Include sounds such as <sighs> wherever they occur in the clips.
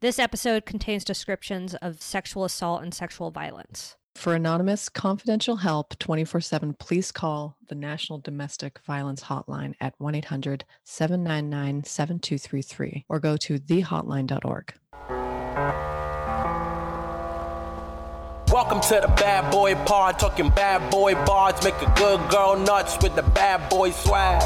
This episode contains descriptions of sexual assault and sexual violence. For anonymous confidential help 24 7, please call the National Domestic Violence Hotline at 1 800 799 7233 or go to thehotline.org. Welcome to the bad boy pod, talking bad boy bars, make a good girl nuts with the bad boy swag.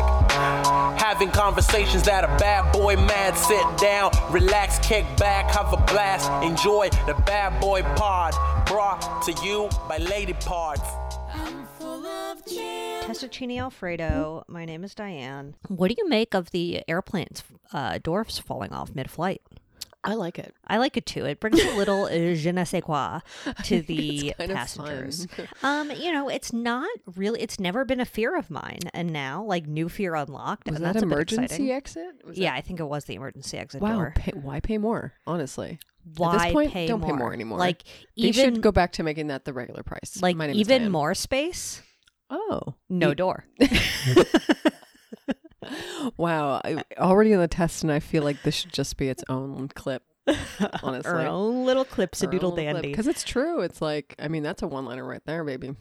Having conversations that a bad boy mad, sit down, relax, kick back, have a blast, enjoy the bad boy pod, brought to you by Lady Parts. Testaccini Alfredo, my name is Diane. What do you make of the airplanes, uh, doors falling off mid flight? I like it. I like it too. It brings a little uh, je ne sais quoi <laughs> to the it's kind of passengers. um, you know, it's not really. It's never been a fear of mine, and now like new fear unlocked. Was and that that's a bit exciting. emergency exit? Was yeah, I think it was the emergency that- exit wow. door. Pay, why pay more? Honestly. Why At this point, pay don't more? pay more anymore. Like they even should go back to making that the regular price. like My name is even Diane. more space, Oh. no door. <gasps> Wow. I, already in the test, and I feel like this should just be its own <laughs> clip. Honestly. Our own little clips of doodle dandy. Because it's true. It's like, I mean, that's a one liner right there, baby.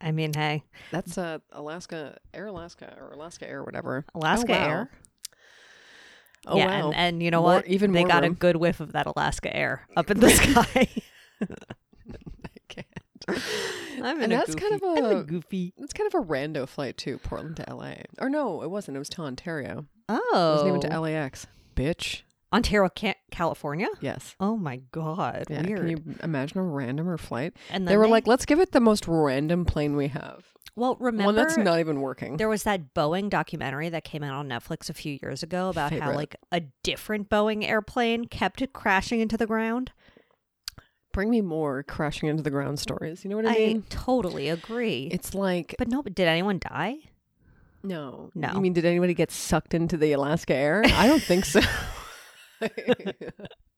I mean, hey, That's uh, Alaska Air Alaska or Alaska Air, whatever. Oh, Alaska wow. Air. Oh, yeah, wow. and, and you know More- what? even they more got a room. good whiff of that Alaska air up <laughs> in the sky. <laughs> I can't. I'm in and a that's kind of goofy- I'm in a, goofy. that's kind of a rando flight too, Portland to LA. Or no, it wasn't. It was to Ontario. It Oh, was named to LAX. Bitch. Ontario, Ca- California. Yes. Oh my god, Yeah. weird. Can you imagine a randomer flight? and They then were like, let's give it the most random plane we have. well, remember One that's not even working. There was that Boeing documentary that came out on Netflix a few years ago about how Favorite. like a different Boeing airplane kept crashing into the ground. Bring me more crashing into the ground stories. You know what I, I mean? totally agree. It's like but no, but did anyone die? No. No. You mean did anybody get sucked into the Alaska air? I don't <laughs> think so.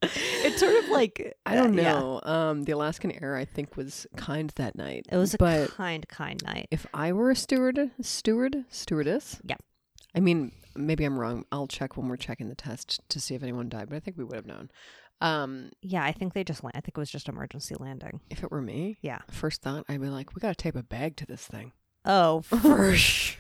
It's sort of like I don't uh, <laughs> yeah. know. Um, the Alaskan air, I think, was kind that night. It was a but kind, kind night. if I were a steward, steward, stewardess. Yeah. I mean, maybe I'm wrong. I'll check when we're checking the test to see if anyone died, but I think we would have known. Um, Yeah, I think they just land. I think it was just emergency landing. if it were me, Yeah. first thought I'd be like, we got to tape a bag to this thing. Oh, <laughs> for sure.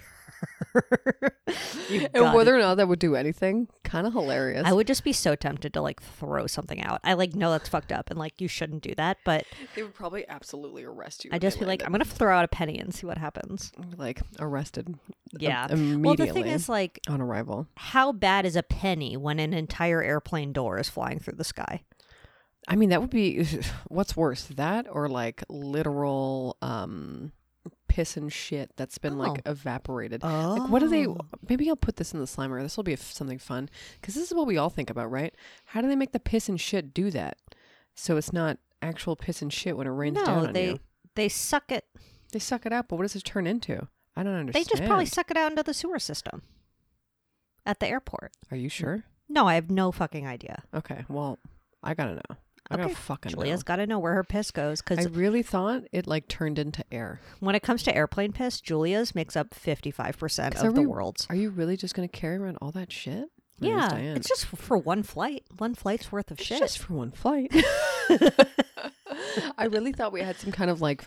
You <laughs> and got whether or not that would do anything, kind of hilarious. I would just be so tempted to like throw something out. I like know that's fucked up and like you shouldn't do that, but They would probably absolutely arrest you. I if they just be like, landed. I'm gonna throw out a penny and see what happens. like arrested. im- Yeah. immediately Well, the thing is, like, on arrival. how bad is a penny when an entire airplane door is flying through the sky? I mean, that would be <sighs> what's worse, that or like literal um piss and shit that's been like evaporated. Oh, Like, what do they? Maybe I'll put this in the slimer. This will be f- something fun because this is what we all think about, right? How do they make the piss and shit do that? So it's not actual piss and shit when it rains down No, on they you. they suck it. They suck it out, but what does it turn into? I don't They understand. just probably suck it out into the sewer system at the airport. Are you sure? No, I have no fucking idea. Okay. Well, I gotta know. I Okay, gotta fucking Julia's know. got to know where her piss goes because I really thought it like turned into air. when it comes to airplane piss, Julia's makes up fifty five percent 'Cause of are the we- world's. Are you really just gonna carry around all that shit? My name's Yeah, Diane. it's just for one flight, one flight's worth of It's shit. just for one <laughs> flight. I really thought we had some kind of like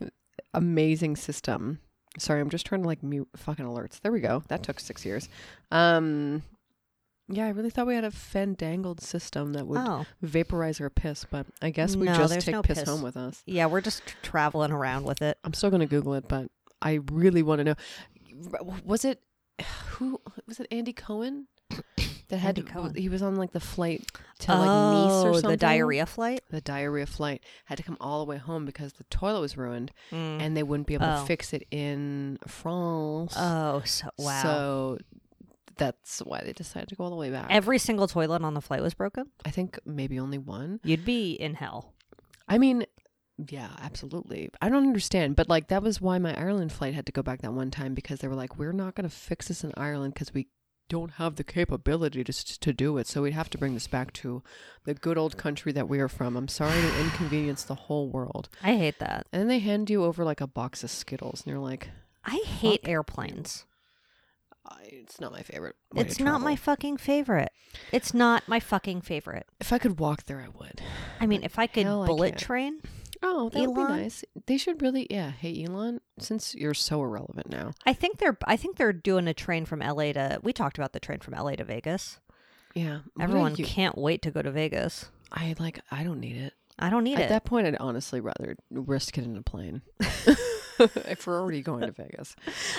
amazing system. Sorry, I'm just trying to like mute fucking alerts. There we go. That took six years. Um, yeah, I really thought we had a fandangled system that would Oh. vaporize our piss, but I guess we No, just there's take no piss, piss. home with us. Yeah, we're just tr- traveling around with it. I'm still gonna Google it, but I really want to know. Was it <sighs> who was it? Andy Cohen that had Andy Cohen. he was on like the flight to like Nice or Oh, something. the diarrhea flight. The diarrhea flight had to come all the way home because the toilet was ruined, and they wouldn't be able Oh. to fix it in France. Oh, so wow. So that's why they decided to go all the way back. Every single toilet on the flight was broken. I think maybe only one. You'd be in hell. I mean, yeah, absolutely. I don't understand, but like that was why my Ireland flight had to go back that one time because they were like, we're not going to fix this in Ireland because we don't have the capability to s- to do it. So we'd have to bring this back to the good old country that we are from. I'm sorry to inconvenience the whole world. I hate that. And then they hand you over like a box of Skittles, and you're like, I hate Fuck you. airplanes. it's not my favorite. way to It's not my travel. fucking favorite. It's not my fucking favorite. if I could walk there, I would. I mean, if I could Hell, I bullet can't. train, Oh, that would be Elon? nice. They should really, yeah. Hey, Elon, since you're so irrelevant now, I think they're I think they're doing a train from LA to we talked about the train from LA to Vegas. yeah. what are Everyone you- can't wait to go to Vegas. I like. I don't need it. I don't need At it. that point, I'd honestly rather risk it in a plane. <laughs> if we're already going to Vegas.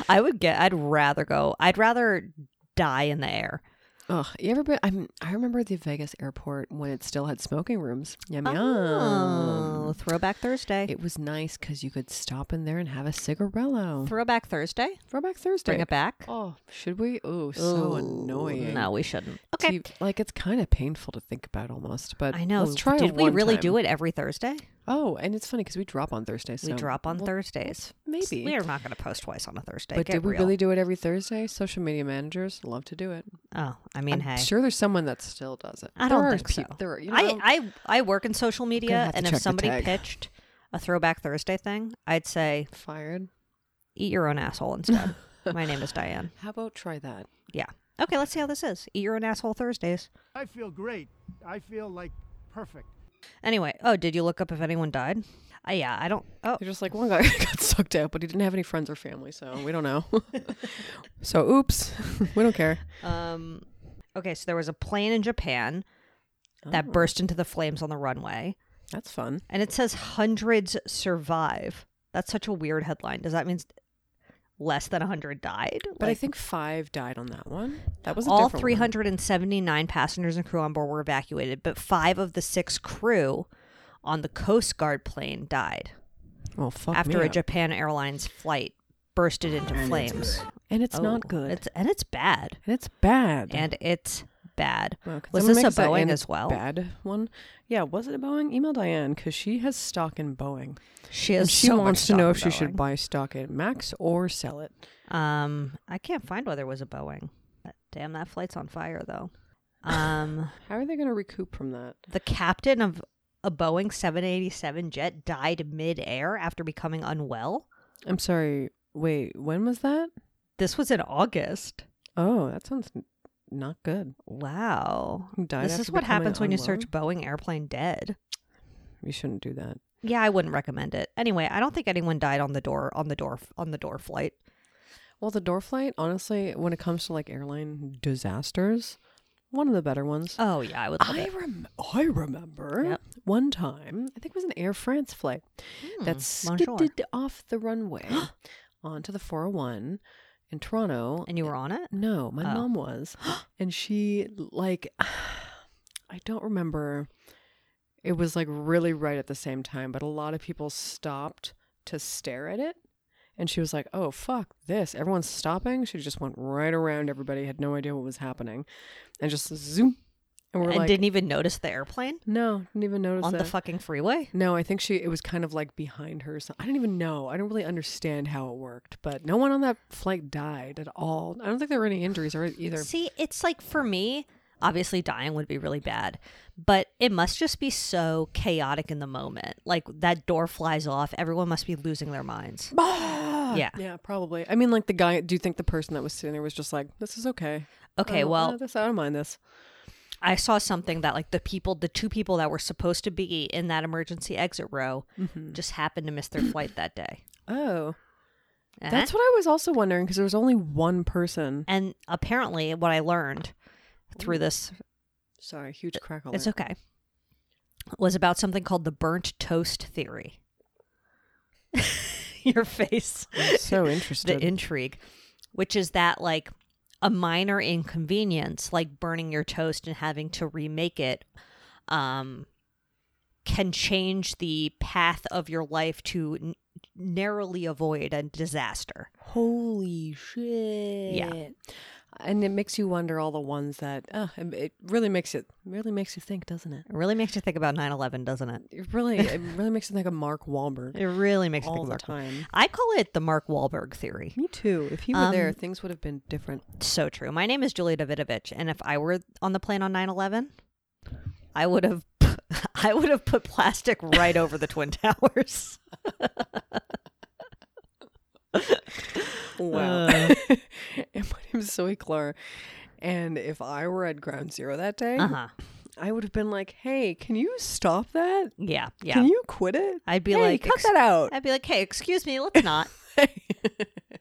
I would get I'd rather go I'd rather die in the air. Oh, you ever been? I'm, I remember the Vegas airport when it still had smoking rooms. Yum Oh, yum. throwback Thursday. It was nice because you could stop in there and have a cigarello. throwback Thursday. Throwback Thursday. Bring it back. Oh, should we? Oh, so Ooh, annoying. No, we shouldn't. See, like it's kind of painful to think about almost, but I know. Let's try. Did it we one really time. do it every Thursday? Oh, and it's funny because we drop on Thursday. So we drop on well, Thursdays. Maybe. We are not going to post twice on a Thursday. But Get did we real. really do it every Thursday? Social media managers love to do it. Oh, I mean, I'm hey. sure there's someone that still does it. I There don't are think so. peop- There are, you know, I, I I work in social media, have to and check if the somebody tag. pitched a Throwback Thursday thing, I'd say fired. eat your own asshole <laughs> instead. My name is Diane. How about try that? Yeah. Okay, let's see how this is. Eat your own asshole Thursdays. I feel great. I feel like perfect. Anyway, oh, did you look up if anyone died? Uh, yeah, I don't. Oh, They're just like one guy <laughs> got sucked out, but he didn't have any friends or family, so we <laughs> don't know. so oops, <laughs> we don't care. um, okay. So there was a plane in Japan that Oh. burst into the flames on the runway, That's fun. and it says hundreds survive. That's such a weird headline. Does that mean s- less than hundred died? But I Like- think five died on that one. That was a all different one. 379 passengers and crew on board were evacuated, but five of the six crew on the Coast Guard plane died Well, fuck after me a up. Japan Airlines flight bursted into flames. and it's not Oh, good. It's and it's bad. and it's bad. And it's bad. Wow, could Was someone this make a us that Boeing and as well? Bad one. Yeah, was it a Boeing? Email Diane because she has stock in Boeing. She And is. she so much wants to know if stock she in should buy stock at Max or sell it. Boeing. Um, I can't find whether it was a Boeing. Damn, that flight's on fire though. <laughs> Um. How are they going to recoup from that? The captain of a Boeing 787 jet died mid-air after becoming unwell. I'm sorry. Wait, when was that? This was in August. Oh, that sounds n- not good. Wow. Who died This after is what becoming happens when you unwell? search Boeing airplane dead. You shouldn't do that. Yeah, I wouldn't recommend it. Anyway, I don't think anyone died on the door on the door on the door flight. Well, the door flight, honestly, when it comes to like airline disasters, one of the better ones. Oh yeah, I would love I it. rem- I remember Yep. one time, I think it was an Air France flight Hmm, that bonjour. skidded off the runway <gasps> onto the 401 in Toronto. And you were on it? No, my Oh. mom was. <gasps> And she, like, <sighs> I don't remember. It was like really right at the same time, but a lot of people stopped to stare at it. And she was like, oh, fuck this. Everyone's stopping. She just went right around everybody, had no idea what was happening, and just zoom. And we're and like, didn't even notice the airplane no, didn't even notice on the that. fucking freeway? No, I think she. It was kind of like behind her. So I don't even know. I don't really understand how it worked. But no one on that flight died at all. I don't think there were any injuries or either. See, it's like for me, obviously dying would be really bad, but it must just be so chaotic in the moment. Like that door flies off, everyone must be losing their minds. Yeah. Yeah, probably. I mean, like the guy. Do you think the person that was sitting there was just like, "This is okay. Okay, Oh, well, uh, this I don't mind this." I saw something that like the people, the two people that were supposed to be in that emergency exit row, just happened to miss their flight that day. Oh, Eh? that's what I was also wondering because there was only one person. and apparently, what I learned through this, Sorry, huge crack. it's okay, was about something called the burnt toast theory. <laughs> Your face, <laughs> so the interested. intrigue, which is that like a minor inconvenience, like burning your toast and having to remake it, um, can change the path of your life to n- narrowly avoid a disaster. Holy shit! and it makes you wonder all the ones that. Uh, it it really makes it really makes you think, doesn't it? It really makes you think about 9 11, doesn't it? It <laughs> really, it really makes me think of Mark Wahlberg It really makes you all think the about time. I call it the Mark Wahlberg theory. Me too. If he were Um, there, things would have been different. So true. My name is Julia Davidovich, and if I were on the plane on 9 11, I would have. <laughs> I would have put plastic right <laughs> over the Twin Towers. Wow. Uh. <laughs> and my name is Zoe Clar. And if I were at ground zero that day, Uh huh. I would have been like, hey, can you stop that? Yeah. Yeah. Can you quit it? I'd be Hey, like, cut "Ex- that out. I'd be like, hey, excuse me, let's <laughs> not.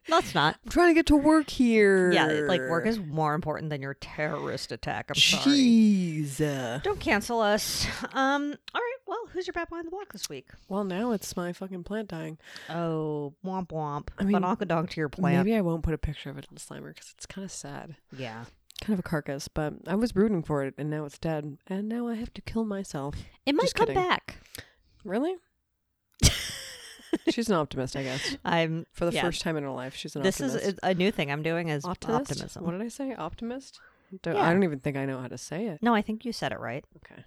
let's not. I'm trying to get to work here. Yeah, like work is more important than your terrorist attack. I'm sorry. Jeez. Don't cancel us. Um. All right. Well, who's your bad boy on the block this week? Well, now it's my fucking plant dying. Oh, womp womp. I I mean, mean, Bonakadonk to your plant. Maybe I won't put a picture of it on Slimer because it's kind of sad. Yeah. Kind of a carcass, but I was rooting for it and now it's dead. And now I have to kill myself. It might Just come kidding. <laughs> back. <laughs> Really? she's an optimist, I guess. I'm For the yeah. first time in her life, she's an This optimist. is a new thing I'm doing is optimist? optimism. What did I say? Optimist? Don't- I Yeah. don't even think I know how to say it. No, I think you said it right. Okay.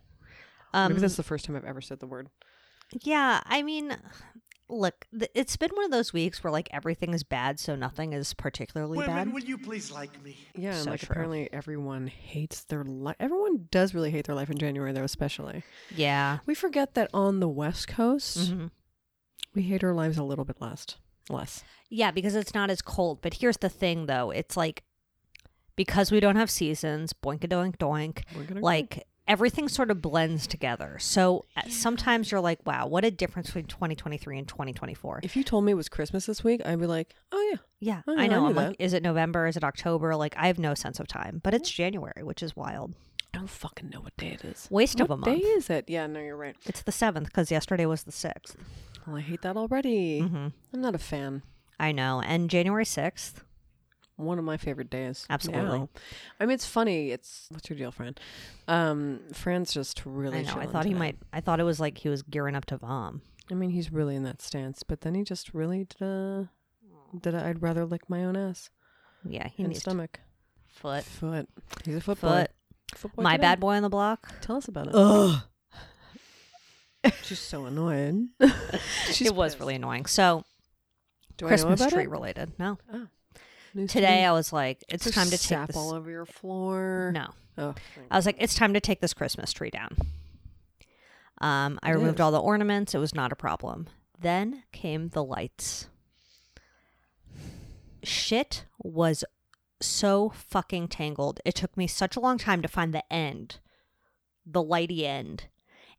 Um, Maybe this is the first time I've ever said the word. yeah, I mean, look, th- it's been one of those weeks where like everything is bad, so nothing is particularly bad. will you please like me? Yeah, and So like true. apparently everyone hates their life. Everyone does really hate their life in January, though, especially. Yeah, We forget that on the West Coast, Mhm. we hate our lives a little bit less. Less. yeah, because it's not as cold. But here's the thing, though, it's like because we don't have seasons, boink a doink doink, We're gonna like everything sort of blends together. So uh sometimes you're like, wow, what a difference between 2023 and 2024. If you told me it was Christmas this week, I'd be like, oh yeah, yeah, Oh, I I know. knew I'm like, that. is it November? Is it October? Like, I have no sense of time, but it's January, which is wild. I don't fucking know what day it is. Waste what of a day month. is it? Yeah, no, you're right. It's the seventh because yesterday was the sixth. Well, I hate that already. Mhm. I'm not a fan. I know. And January 6th. One of my favorite days. Absolutely. Now. I mean, it's funny. It's what's your deal, Fran? Um, Fran's just really. I know. I chilling thought he today. might, I thought it was like he was gearing up to vom. I mean, he's really in that stance, but then he just really did a. Did a, I'd rather lick my own ass Yeah. He and needs to stomach. foot. Foot. He's a foot. Foot. Boy. Foot boy My today. <laughs> bad boy on the block. Tell us about it. Ugh. She's so <laughs> annoying. She's it was pissed. really annoying. So Do Christmas I know about tree it? related. No. News to me? Today I was like, it's There's time to take sap this. all over your floor. No. Oh, I was like, it's time to take this Christmas tree down. Um, I It removed is. all the ornaments. It was not a problem. Then came the lights. Shit was so fucking tangled. It took me such a long time to find the end, the lighty end.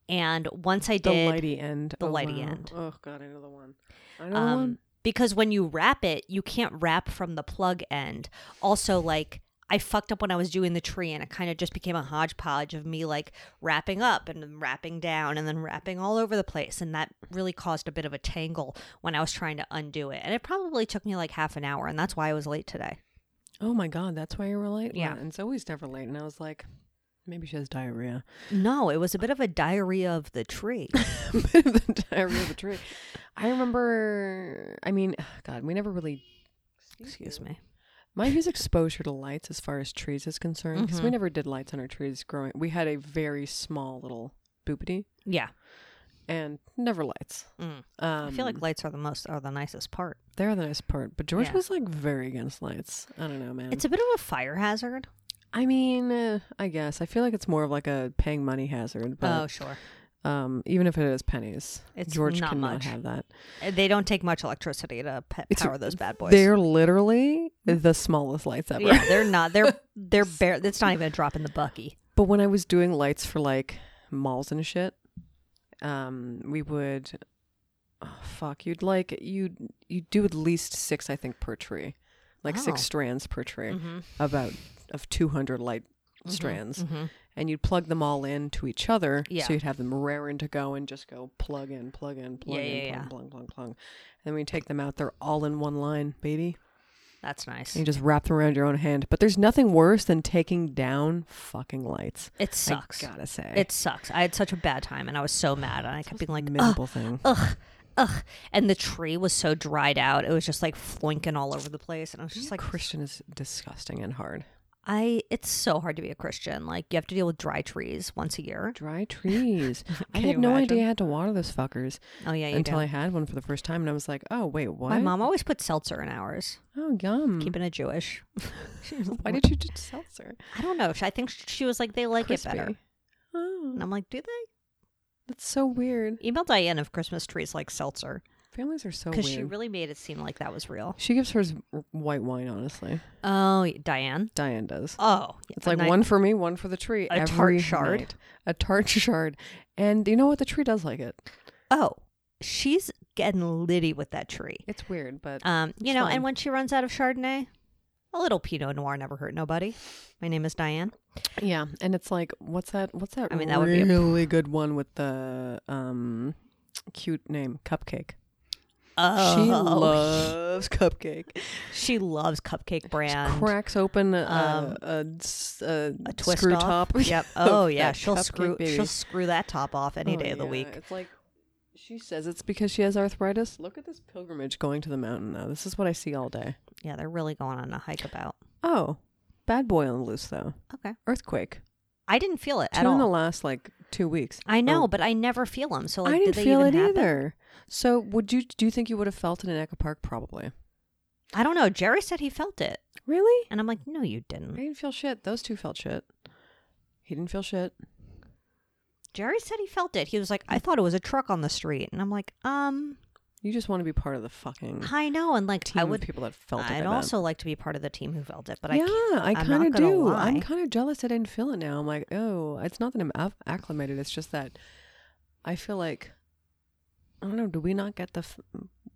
And once I the did, lighty end. the oh, lighty wow. end. Oh god, I know the one. I know the um, one. because when you wrap it, you can't wrap from the plug end. Also, like I fucked up when I was doing the tree, and it kind of just became a hodgepodge of me like wrapping up and then wrapping down and then wrapping all over the place, and that really caused a bit of a tangle when I was trying to undo it. And it probably took me like half an hour, and that's why I was late today. Oh my god, that's why you were late. Yeah. Wow, and Zoe's never late, and I was like, maybe she has diarrhea. <laughs> No, it was a bit of a diarrhea of the <laughs> tree. the diarrhea of a tree. I remember. I mean, <sighs> God, we never really. Excuse me. My huge exposure to lights, as far as trees is concerned, because Mm-hmm. we never did lights on our trees growing. We had a very small little boopity Yeah, and never lights. Mm. Um, I feel like lights are the most are the nicest part. They're the nice part, but George Yeah. was like very against lights. I don't know, man. It's a bit of a fire hazard. I mean, uh, I guess I feel like it's more of like a paying money hazard. oh But sure, um, even if it is pennies, It's George not cannot much. have that. they don't take much electricity to pe- power those bad boys. They're literally the smallest lights ever. Mm. Yeah, <laughs> they're not. They're they're bare. It's not even a drop in the bucky. But when I was doing lights for like malls and shit, um, we would, oh, fuck, you'd like you you would do at least six, I think, per tree, like six Oh. Mm-hmm. strands per tree, about of two hundred light strands, and you'd plug them all in to each other, Mm-hmm. Yeah. so you'd have them raring to go and just go plug in, plug in, plug Yeah, in, yeah, plug, yeah. plug, plug, plug, and then we take them out. They're all in one line, baby. That's nice. And you just wrap them around your own hand. But there's nothing worse than taking down fucking lights. It sucks. I gotta say. It sucks. I had such a bad time, and I was so mad, and I kept being like, ugh, miserable thing. ugh, ugh. And the tree was so dried out; it was just like floinking all over the place, and I was just like, Christian is disgusting and hard. I. It's so hard to be a Christian. Like you have to deal with dry trees once a year. Dry <laughs> trees. I Can had you no imagine? idea I had to water those fuckers Oh yeah, you until do. I had one for the first time, and I was like, "Oh wait, what? My mom always put seltzer in ours, Oh yum. keeping it Jewish. <laughs> Why did you do seltzer? I don't know. I think she was like, they like it better, Crispy. Oh, and I'm like, do they? that's so weird. Email Diane if Christmas trees like seltzer. Families are so weird. because she really made it seem like that was real. She gives hers w- white wine, honestly. Oh, Diane. Diane does. Oh, It's like and I- one for me, one for the tree. A tart every shard. night. A tart shard. And you know what? The tree does like it. Oh, she's getting litty with that tree. It's weird, but Um, you It's know, fine. and when she runs out of Chardonnay, a little Pinot Noir never hurt nobody. My name is Diane. yeah. And it's like, what's that? What's that? I mean, that would really be a- good one with the um cute name, Cupcake. Oh, <laughs> She loves Cupcake. she loves Cupcake Brand. Cracks open a, Um, a, a s- a a twist screw off. top. <laughs> Yep. of Oh yeah, that she'll Cupcake screw baby. she'll screw that top off any Oh, day of the yeah. week. It's like she says it's because she has arthritis. Look at this pilgrimage going to the mountain now. This is what I see all day. Yeah, they're really going on a hike about. Oh, bad boy on the loose though. Okay. Earthquake. I didn't feel it Two at in the all. last like two weeks. I know, Or- but I never feel them. So like, Oh. I didn't did they feel even it happen? either. So would you? Do you think you would have felt it in Echo Park? Probably. I don't know. Jerry said he felt it, Really? and I'm like, no, you I didn't. didn't feel shit. Those two felt shit. He didn't feel shit. Jerry said he felt it. He was like, I thought it was a truck on the street, and I'm like, um, You just want to be part of the fucking I know, and like team I of would people that felt it. I I'd bet. also like to be part of the team who felt it, but I yeah, can't, I I'm not kind of gonna do. Lie. I'm kind of jealous. I didn't feel it now. I'm like, oh, it's not that I'm ac- acclimated. It's just that I feel like I don't know. Do we not get the f-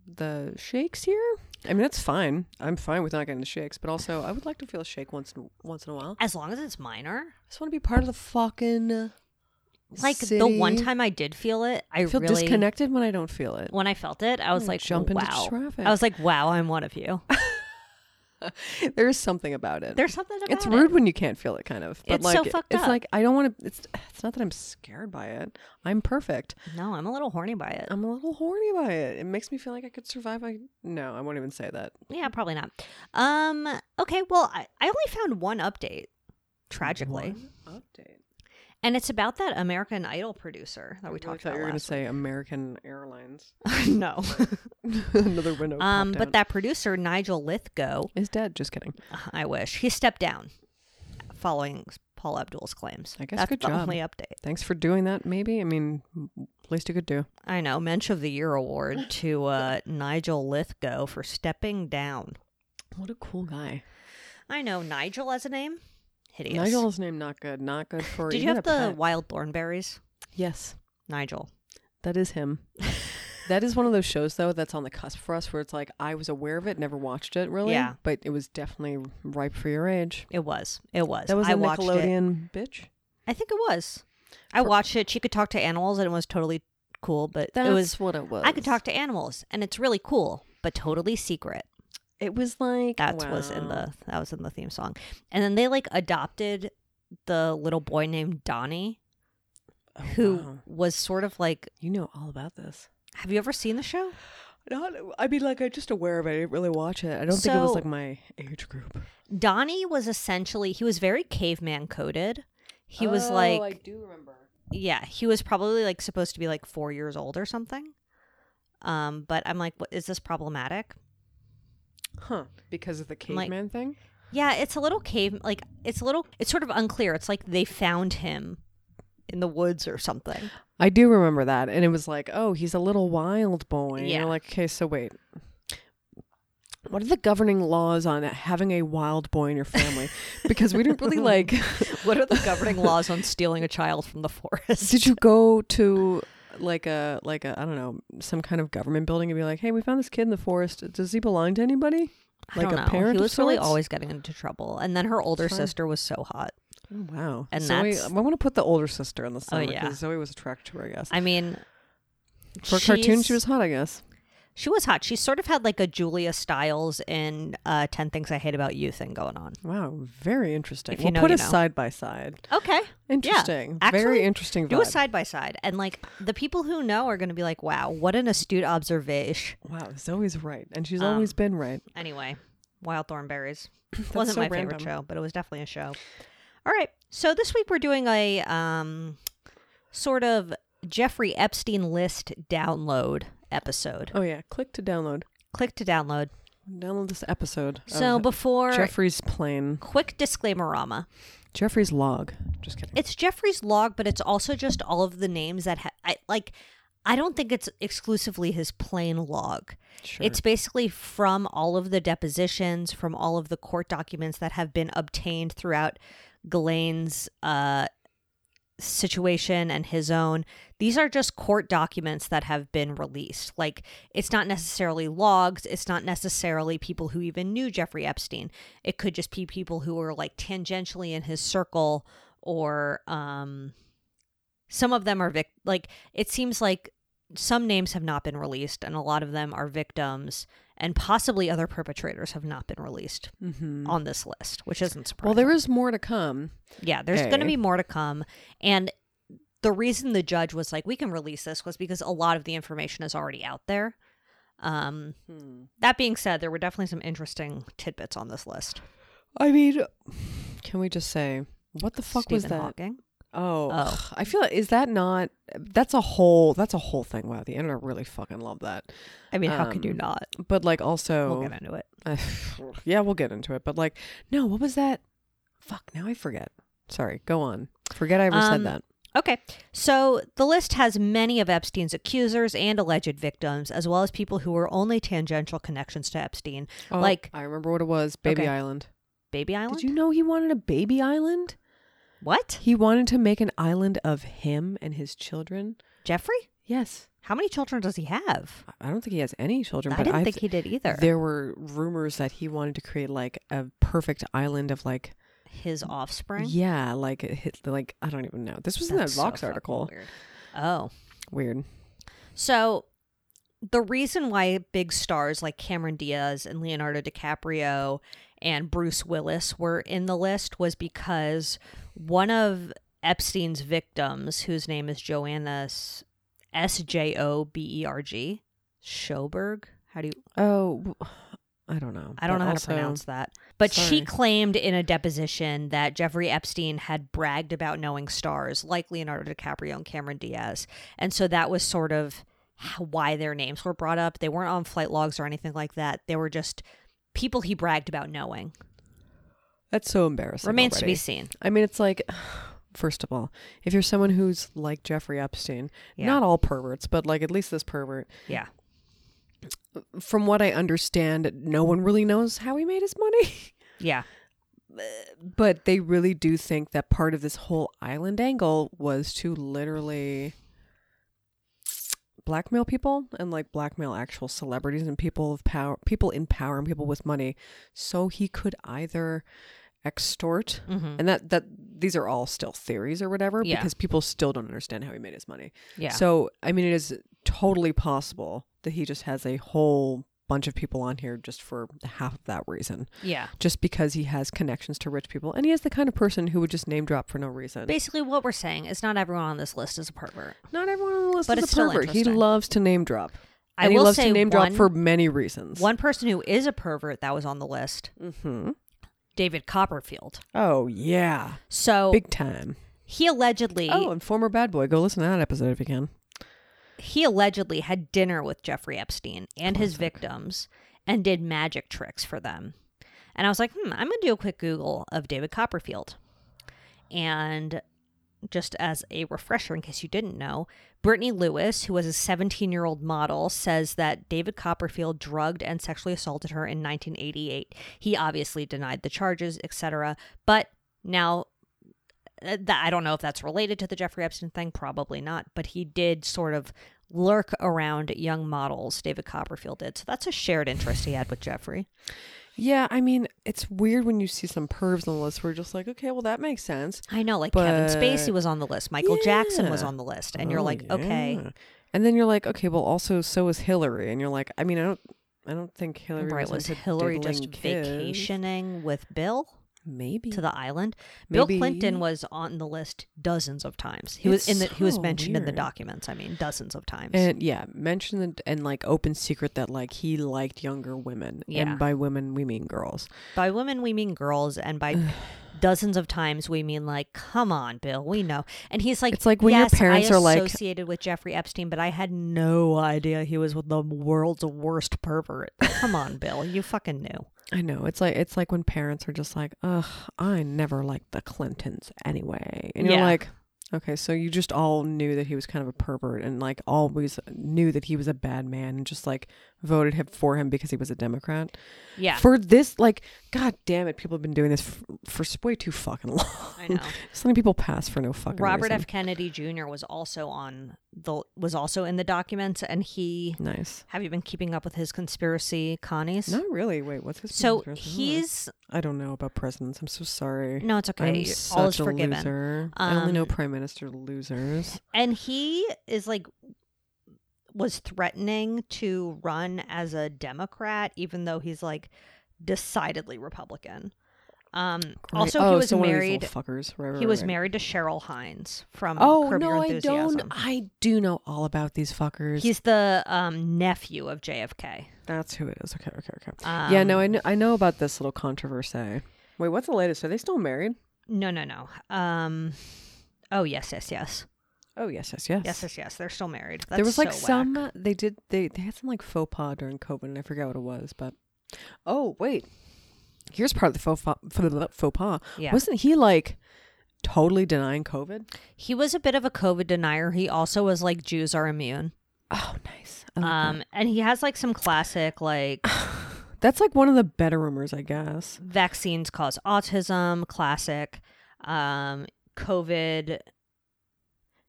the shakes here? I mean, that's fine. I'm fine with not getting the shakes, but also I would like to feel a shake once in, once in a while. I as long as it's minor. just want to be part of the fucking Like the one city. time I did feel it, I I feel really disconnected when I don't feel it. when I felt it, I was Oh, like, jump into wow. traffic. Uh, I was like, wow, I'm one of you. <laughs> there is something about <laughs> it. There's something about it's it. rude when you can't feel it kind of but It's like so fucked it's up. like i don't want to it's it's not that i'm scared by it i'm perfect No, I'm a little horny by it. i'm a little horny by it it makes me feel like i could survive i no i won't even say that yeah, probably not. Um. Okay. Well, I, I only found one update, tragically, One update and it's about that American Idol producer that we Oh, I talked thought about. you were gonna last say american <laughs> airlines <laughs> week. no. another window um. popped But out. that producer Nigel Lithgow is dead just kidding I wish he stepped down following Paul Abdul's claims. I guess That's good the job. only update. thanks for doing that maybe i mean least you could do I know. Mensch of the Year <laughs> award to uh, Nigel Lithgow for stepping down. what a cool guy I know Nigel as a name. Hideous. nigel's name not good not good for Did you even have a the pet. wild thornberries? yes Nigel. That is him. that is one of those shows though that's on the cusp for us where it's like I was aware of it, never watched it really. Yeah. But it was definitely ripe for your age. It was. It was. That was I a watched it. Nickelodeon bitch. I think it was. I watched it. She could talk to animals, and it was totally cool. But That's it was. what it was. I could talk to animals, and it's really cool, but totally secret. It was like That was in wow. the that was in the theme song. And then they like adopted the little boy named Donnie, Oh, who wow. was sort of like you know all about this. have you ever seen the show? Not, I mean, like I'm just aware of it. I didn't really watch it. I don't think it was So- like my age group. Donnie was essentially he was very caveman coded. He Oh, was like do remember. yeah, he was probably like supposed to be like 4 years old or something. Um but I'm like what, is this problematic? Huh? Because of the I'm like- caveman thing. Yeah, it's a little cave like it's a little it's sort of unclear. It's like they found him in the woods or something. I do remember that, and it was like, oh, he's a little wild boy. And Yeah. You're like, okay, so wait, what are the governing laws on having a wild boy in <laughs> your family? Because we didn't really like. What are the governing <laughs> laws on stealing a child from the forest? Did you go to like a like a I don't know some kind of government building and be like, hey, we found this kid in the forest. Does he belong to anybody? <laughs> I Like don't a know. parent he of was really sorts? always getting into trouble, and then her older Fine. sister was so hot. Oh, wow. And Zoe, that's- I want to put the older sister in the Oh, summer because yeah. Zoe was attracted to her. I guess I mean, for a cartoon, she's- she was hot. I guess. she was hot. She sort of had like a Julia Stiles in uh, Ten Things I Hate About You thing going on. Wow, very interesting. If you we'll know, put you a know. side by side. Okay, Interesting. Yeah. Very Actually, interesting Do a vibe. side by side, and like the people who know are going to be like, "Wow, what an astute observation." wow, Zoe's right. And she's Um, always been right. Anyway, Wild Thornberries <laughs> That's wasn't so my random. favorite show, but it was definitely a show. All right, so this week we're doing a um, sort of Jeffrey Epstein list download episode. Oh yeah, click to download. Click to download. Download this episode. So of before Jeffrey's plane. quick disclaimerama, Jeffrey's log. Just kidding. it's Jeffrey's log, but it's also just all of the names that ha- I like. I don't think it's exclusively his plain log. Sure. It's basically from all of the depositions, from all of the court documents that have been obtained throughout Ghislaine's uh, situation and his own. These are just court documents that have been released. Like, it's not necessarily logs, it's not necessarily people who even knew Jeffrey Epstein. It could just be people who were like tangentially in his circle or, um, some of them are vic- like it seems like some names have not been released and a lot of them are victims and possibly other perpetrators have not been released on this list which isn't surprising Mm-hmm. well, there is more to come. yeah there's going Okay. to be more to come and the reason the judge was like we can release this was because a lot of the information is already out there um Hmm. that being said there were definitely some interesting tidbits on this list I mean, can we just say what the fuck was Stephen that? Hawking. Oh, Oh. <sighs> I feel is that not? That's a whole. That's a whole thing. Wow, the internet really fucking loved that. i mean how could you Um, not But like we'll also, get into it uh, <sighs> yeah, we'll get into it. But like, no, what was that? Fuck, now I forget. Sorry, go on. Forget I ever Um, said that. Okay. So the list has many of Epstein's accusers and alleged victims, as well as people who were only tangential connections to Epstein, Oh, like I remember what it was. Baby Okay. Island. Baby Island. Did you know he wanted a baby island? What? He wanted to make an island of him and his children. Jeffrey? Yes, How many children does he have? I- I don't think he has any children. I but didn't I've- think he did either. There were rumors that he wanted to create like a perfect island of like His offspring. Yeah, like it hit, like I don't even know. This was That's in so that Vox fucking article. Weird. Oh. Weird. So the reason why big stars like Cameron Diaz and Leonardo DiCaprio and Bruce Willis were in the list was because one of Epstein's victims, whose name is Joanna S J O B E R G Schoberg. How do you? Oh, w- <sighs> I don't know. I don't But know how also- to pronounce that. But sorry. she claimed in a deposition that Jeffrey Epstein had bragged about knowing stars like Leonardo DiCaprio and Cameron Diaz. And so that was sort of h- why their names were brought up. They weren't on flight logs or anything like that. They were just people he bragged about knowing. That's so embarrassing. Remains to be already. seen. I mean, it's like, <sighs> first of all, if you're someone who's like Jeffrey Epstein, Yeah. not all perverts, but like at least this pervert, Yeah. from what I understand, no one really knows how he made his money. <laughs> Yeah. but they really do think that part of this whole island angle was to literally blackmail people and like blackmail actual celebrities and people of power people in power and people with money so he could either extort and that that these are all still theories or whatever Mm-hmm. Yeah. because people still don't understand how he made his money Yeah. so i mean it is totally possible that he just has a whole bunch of people on here just for half of that reason yeah. just because he has connections to rich people and he is the kind of person who would just name drop for no reason. Basically, what we're saying is not everyone on this list is a pervert. Not everyone on the list But is it's a still pervert. He interesting. loves to name drop. I and he will loves say to name one- drop for many reasons. One person who is a pervert that was on the list, Mhm. David Copperfield. Oh yeah, So big time. he allegedly Oh, and former bad boy. Go listen to that episode if you can. he allegedly had dinner with Jeffrey Epstein and his victims and did magic tricks for them. And I was like, hmm, I'm going to do a quick Google of David Copperfield. And just as a refresher, in case you didn't know, Brittany Lewis, who was a 17 year old model, says that David Copperfield drugged and sexually assaulted her in 1988. He obviously denied the charges, etc. But now uh, that I don't know if that's related to the Jeffrey Epstein thing, probably not, but he did sort of lurk around young models, David Copperfield did. So that's a shared interest he had with Jeffrey. Yeah, I mean it's weird when you see some pervs on the list. We're just like, okay, well that makes sense. <laughs> I know, like Kevin But- Spacey was on the list, Michael Jackson was Yeah. on the list, and you're Oh, like, okay, yeah. And then you're like, okay, well also so is Hillary, and you're like, I mean, I don't, I don't think Hillary right, was, was into Hillary just diddling kids. vacationing with Bill Maybe to the island? Bill Maybe. Clinton was on the list dozens of times. He was in It's the he was so mentioned in the weird. documents, I mean, dozens of times. And yeah, mention the, and like open secret that like he liked younger women. Yeah. And by women, we mean girls. By women, we mean girls, and by dozens of times, we mean like, come on, Bill, we know. And he's like, It's like when your "Yes, parents I are like- associated with Jeffrey Epstein, but I had no idea he was the world's worst pervert. Come <laughs> on, Bill, you fucking knew. I know. It's like it's like when parents are just like, ugh, I never liked the Clintons anyway. And you're Yeah. like, Okay, so you just all knew that he was kind of a pervert and like always knew that he was a bad man and just like voted him for him because he was a Democrat. Yeah. For this, like, god damn it, people have been doing this f- for s- way too fucking long. <laughs> I know. so many people pass for no fucking Robert reason. F. Kennedy Jr. was also on the was also in the documents, and he. Nice. Have you been keeping up with his conspiracy, Connie's? Not really. Wait, what's his So conspiracy? he's I don't know about presidents. I'm so sorry. No, it's Mm, okay. I'm All is such a forgiven. loser. I only know Um, prime minister losers. and he is like was threatening to run as a Democrat, even though he's like decidedly Republican. Um, Right. also, Oh, he was so one of these married. little fuckers. Right, right, He was right. married to Cheryl Hines from Oh Curb no, Your I don't. Enthusiasm. I do know all about these fuckers. He's the um, nephew of JFK. That's who it is. Okay, okay, okay. yeah, no, I Um, know. I know about this little controversy. Wait, what's the latest? Are they still married? No, no, no. Um, oh yes, yes, yes, Oh yes, yes, yes. yes, yes, yes. They're still married. That's there was like so whack. some they did they they had some like faux pas during COVID and I forget what it was, but oh wait, here's part of the faux pas. For the faux pas, Yeah. wasn't he like totally denying COVID? He was a bit of a COVID denier. He also was like Jews are immune. Oh, nice. I like Um, and he has like some classic like that. That's like one of the better rumors, I guess. vaccines cause autism classic um covid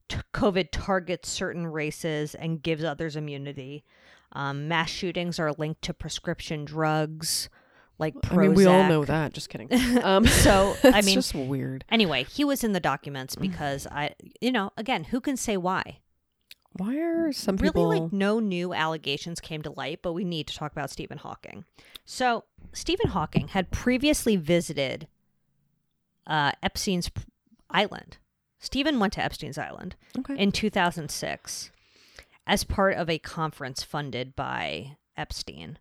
t- covid targets certain races and gives others immunity um mass shootings are linked to prescription drugs like Prozac. I mean, we all know that. <laughs> Just kidding. Um, <laughs> So, I it's mean- just weird. anyway he was in the <sighs> documents because i you know again who can say why Why are some people really like no new allegations came to light but we need to talk about stephen hawking so stephen hawking had previously visited uh, epstein's p- island stephen went to epstein's island Okay. in 2006 as part of a conference funded by epstein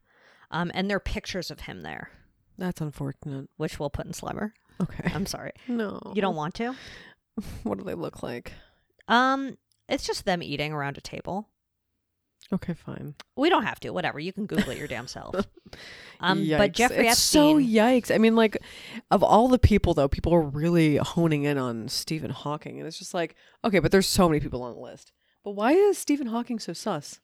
um, and there are pictures of him there That's unfortunate. which we'll put in slumber Okay. i'm sorry <laughs> no. Um, you don't want to What do they look like? um it's just them eating around a table Okay, fine. we don't have to whatever you can google it your damn <laughs> self um but Yikes. jeffrey it's so epstein yikes. I mean, like, of all the people, though, people are really honing in on Stephen Hawking, and it's just like, okay, but there's so many people on the list. But why is Stephen Hawking so sus?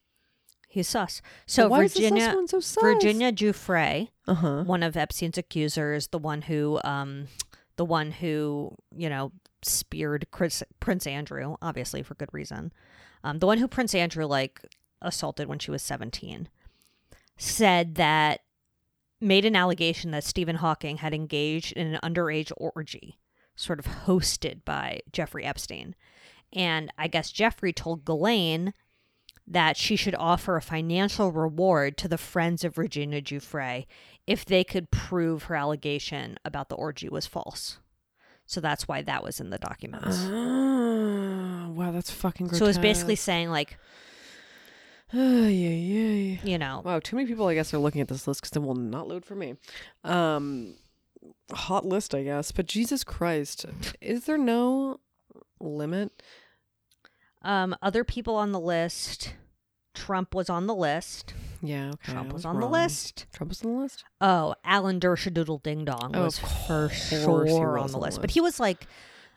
He's sus. So why is the sus Virginia, one so sus? Virginia Giuffre, Uh huh. one of Epstein's accusers, the one who, um, the one who, you know, speared Chris, Prince Andrew, obviously for good reason, um, the one who Prince Andrew like assaulted when she was seventeen, said that made an allegation that Stephen Hawking had engaged in an underage orgy, sort of hosted by Jeffrey Epstein, and I guess Jeffrey told Ghislaine that she should offer a financial reward to the friends of Virginia Giuffre if they could prove her allegation about the orgy was false. So that's why that was in the documents. Ah, wow, that's fucking. Ah, Grotesque. so it was basically saying, like, Oh, <sighs> yeah, yeah, yeah. you know, Wow, too many people, I guess, are looking at this list because it will not load for me. Um, hot list, I guess. But Jesus Christ, is there no limit? um, other people on the list. Trump was on the list. Yeah, okay. Trump I was on the wrong. list. Trump was on the list. Oh, Alan Dershadoodle Ding Dong Oh, was of for course he sure was on the list. But he was like,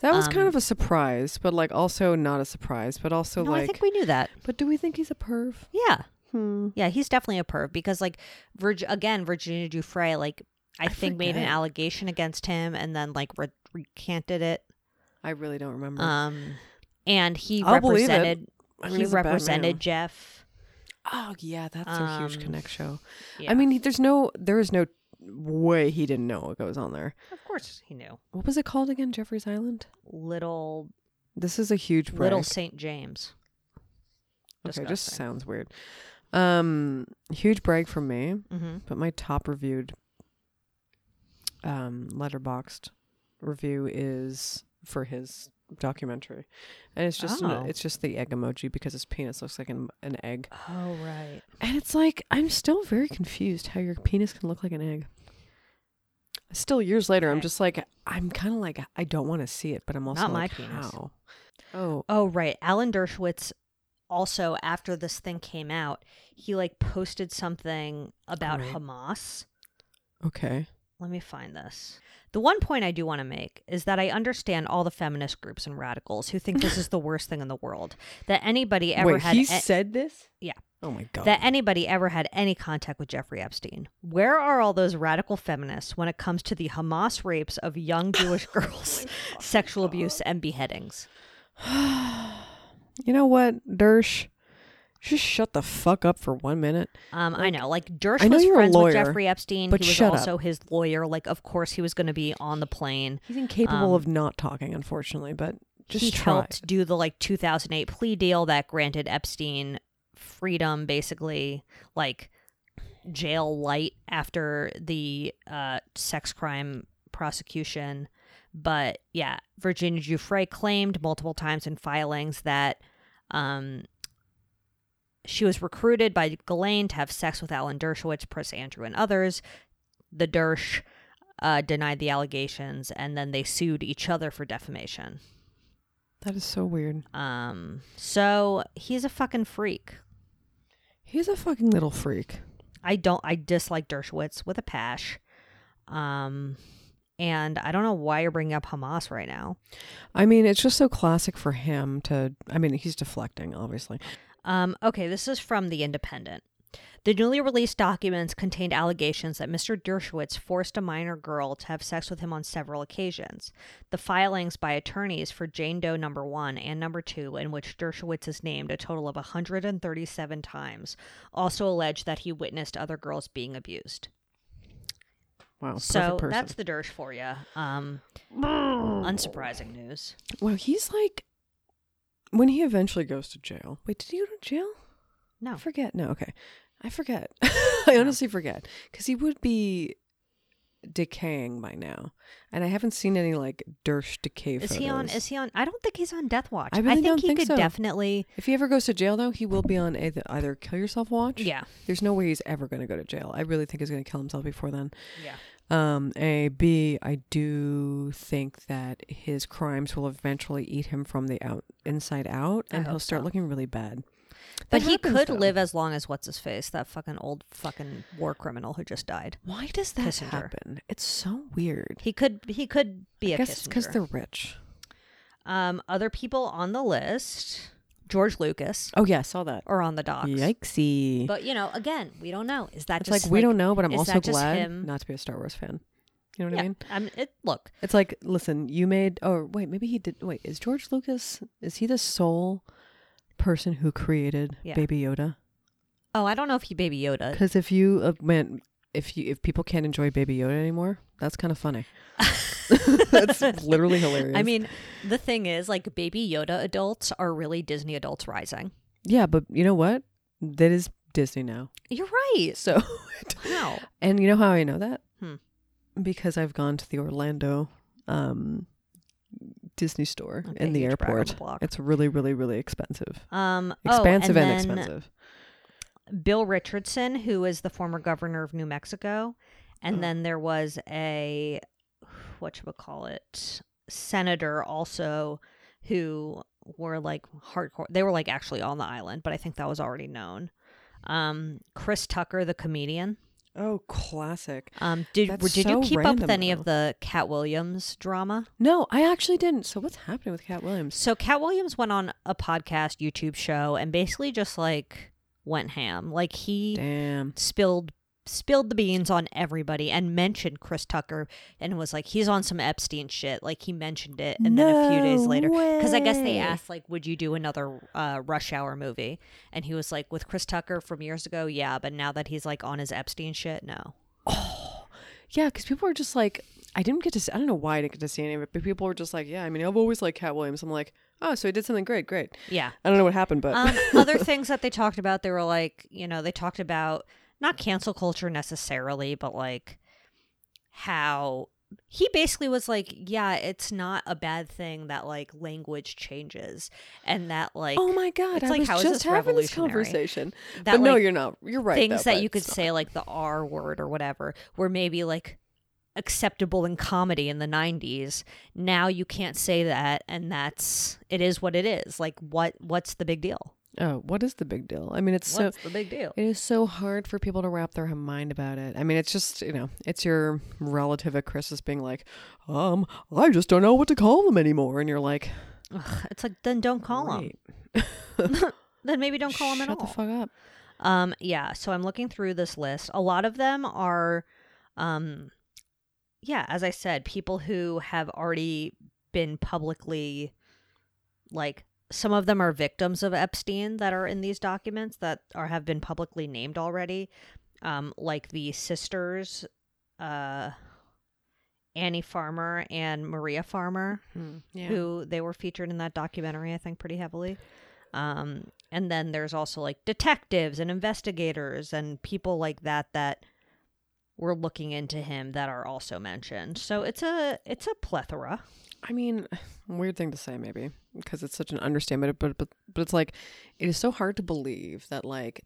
That was Um, kind of a surprise, but like also not a surprise, but also no, like. I think we knew that. But do we think he's a perv? Yeah. Hmm. Yeah, he's definitely a perv because, like, Virg- again, Virginia Dufresne, like, I, I think made an forget. allegation against him and then, like, re- recanted it. I really don't remember. Um, and he Mm. I'll believe it. represented, I mean, he he's a bad man. represented Jeff. Oh yeah, that's a huge Um, connect show. yeah. I mean, he- there's no, there is no way he didn't know what goes on there. Of course he knew. What was it called again? Jeffrey's Island. Little, This is a huge brag. little St. James. Okay, just Disgusting. sounds weird. Um, huge brag from me, Mm-hmm. but my top reviewed, um, letterboxed review is for his documentary, and it's just an- Oh. it's just the egg emoji because his penis looks like an, an egg, Oh, right. Uh, and it's like I'm still very confused how your penis can look like an egg. Still, years later, I'm Okay. just like I'm kind of like I don't want to see it, but I'm also Not my like, penis. how? Oh, Oh, right. Alan Dershowitz also, after this thing came out, he, like, posted something about Right. Hamas. okay. Let me find this. The one point I do want to make is that I understand all the feminist groups and radicals who think this is the worst thing in the world that anybody ever Wait, had. he a- said this? yeah. Oh my god. That anybody ever had any contact with Jeffrey Epstein. Where are all those radical feminists when it comes to the Hamas rapes of young Jewish girls, sexual abuse, and beheadings? you know what, Dersh? Just shut the fuck up for one minute. Um, I know, like Dersh I know was you're a friends lawyer, with Jeffrey Epstein. but he was shut up. also his lawyer. Like, of course, he was going to be on the plane. He's incapable Um, of not talking, unfortunately. But just he try. helped do the like 2008 plea deal that granted Epstein freedom, basically like jail light after the uh, sex crime prosecution. But yeah, Virginia Giuffre claimed multiple times in filings that um, she was recruited by Ghislaine to have sex with Alan Dershowitz, Prince Andrew, and others. The Dersh uh, denied the allegations, and then they sued each other for defamation. That is so weird. Um, so he's a fucking freak. He's a fucking little freak. I don't. I dislike Dershowitz with a pash. Um, and I don't know why you're bringing up Hamas right now. I mean, it's just so classic for him to. I mean, he's deflecting, obviously. Um, okay, this is from The Independent. The newly released documents contained allegations that Mr. Dershowitz forced a minor girl to have sex with him on several occasions. The filings by attorneys for Jane Doe number 1 and number 2 in which Dershowitz is named a total of 137 times also allege that he witnessed other girls being abused. Wow. so Oh, perfect person. that's the Dersh for you. Um, unsurprising news. Well, he's like when he eventually goes to jail. Wait, did he go to jail? I No, forget. No, okay. I forget. <laughs> I honestly forget because he would be decaying by now, and I haven't seen any like Dersh decay. is he on? photos. Is he on? I don't think he's on death watch. I really think don't he think could so. definitely. If he ever goes to jail, though, he will be on either, either kill yourself watch. Yeah. There's no way he's ever going to go to jail. I really think he's going to kill himself before then. Yeah. Um, a B, I do think that his crimes will eventually eat him from the out inside out, I and he'll hope start so. looking really bad. But That he happens, could though. live as long as what's his face, that fucking old fucking war criminal who just died. Why does that Kissinger. happen? It's so weird. He could he could be a I guess it's because Kissinger. they're rich. um, other people on the list, George Lucas, Oh yeah, I saw that. are on the docs. Yikesy! But you know, again, we don't know. Is that it's like just we don't know, but I'm is also that just glad him? not to be a Star Wars fan. You know what yeah, I mean? I'm- it, look, It's like, listen, you made. Oh wait, maybe he did. Wait, is George Lucas? Is he the sole person who created Yeah. Baby Yoda? oh, I don't know if he Baby Yoda. Because if you uh, man, if you if people can't enjoy Baby Yoda anymore, that's kind of funny. <laughs> <laughs> <laughs> that's literally hilarious. I mean, the thing is, like, Baby Yoda adults are really Disney adults rising. yeah, but you know what? That is Disney now. You're right. <laughs> So, Wow. and you know how I know that? Hmm. Because I've gone to the Orlando um, Disney store Okay, in the huge brag on airport. the block. It's really, really, really expensive. Um, Expansive oh, and, and, then expensive. Bill Richardson, who is the former governor of New Mexico, and Mm-hmm. then there was a what should we call it senator also who were like hardcore. They were like actually on the island, but I think that was already known. Um, Chris Tucker, the comedian. Oh, classic. Um, did That's did so you keep up with random, any of though. the Cat Williams drama? No, I actually didn't. So what's happening with Cat Williams? So Cat Williams went on a podcast, YouTube show, and basically just like went ham. Like he Damn. spilled spilled the beans on everybody and mentioned Chris Tucker and was like he's on some Epstein shit like he mentioned it and then a few days No later cuz I guess they way. asked like would you do another uh, rush hour movie and he was like with Chris Tucker from years ago yeah but now that he's like on his Epstein shit no Yeah, because people are just like, I didn't get to. See, I don't know why I didn't get to see any of it, but people were just like, yeah. I mean, I've always liked Cat Williams. I'm like, oh, so he did something great, great. yeah I don't know what happened, but um, <laughs> other things that they talked about, they were like, you know, they talked about not cancel culture necessarily, but like how he basically was like, yeah, it's not a bad thing that like language changes and that like oh my god, it's I like, was how is just this having this revolutionary? conversation. That, but no, like, you're not. You're right. things though, that but you could it's say like the R word or whatever were maybe like acceptable in comedy in the 90s now you can't say that and that's it is what it is like what what's the big deal not- Oh, what is the big deal? I mean, it's so What's the big deal? It is so hard for people to wrap their mind about it. I mean, it's just, you know, it's your relative at Christmas being like, um, I just don't know what to call them anymore. And you're like, Ugh, it's like then don't call them. "Great. Then maybe don't call them Shut at all. the fuck up. Um, yeah, so I'm looking through this list. A lot of them are, um, yeah, as I said, people who have already been publicly, like, some of them are victims of Epstein that are in these documents that are have been publicly named already, um, like the sisters, uh, Annie Farmer and Maria Farmer Yeah. who they were featured in that documentary, I think, pretty heavily. Um, and then there's also like detectives and investigators and people like that that were looking into him that are also mentioned. So it's a it's a plethora. I mean, <sighs> weird thing to say maybe because it's such an understatement, but but but it's like it is so hard to believe that like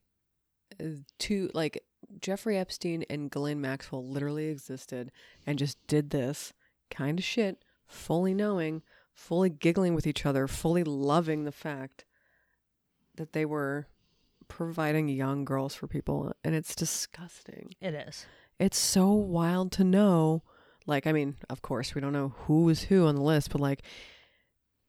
uh, two like Jeffrey Epstein and Glenn Maxwell literally existed and just did this kind of shit, fully knowing, fully giggling with each other, fully loving the fact that they were providing young girls for people, and it's disgusting It is. it's so wild to know like i mean of course we don't know who is who on the list but like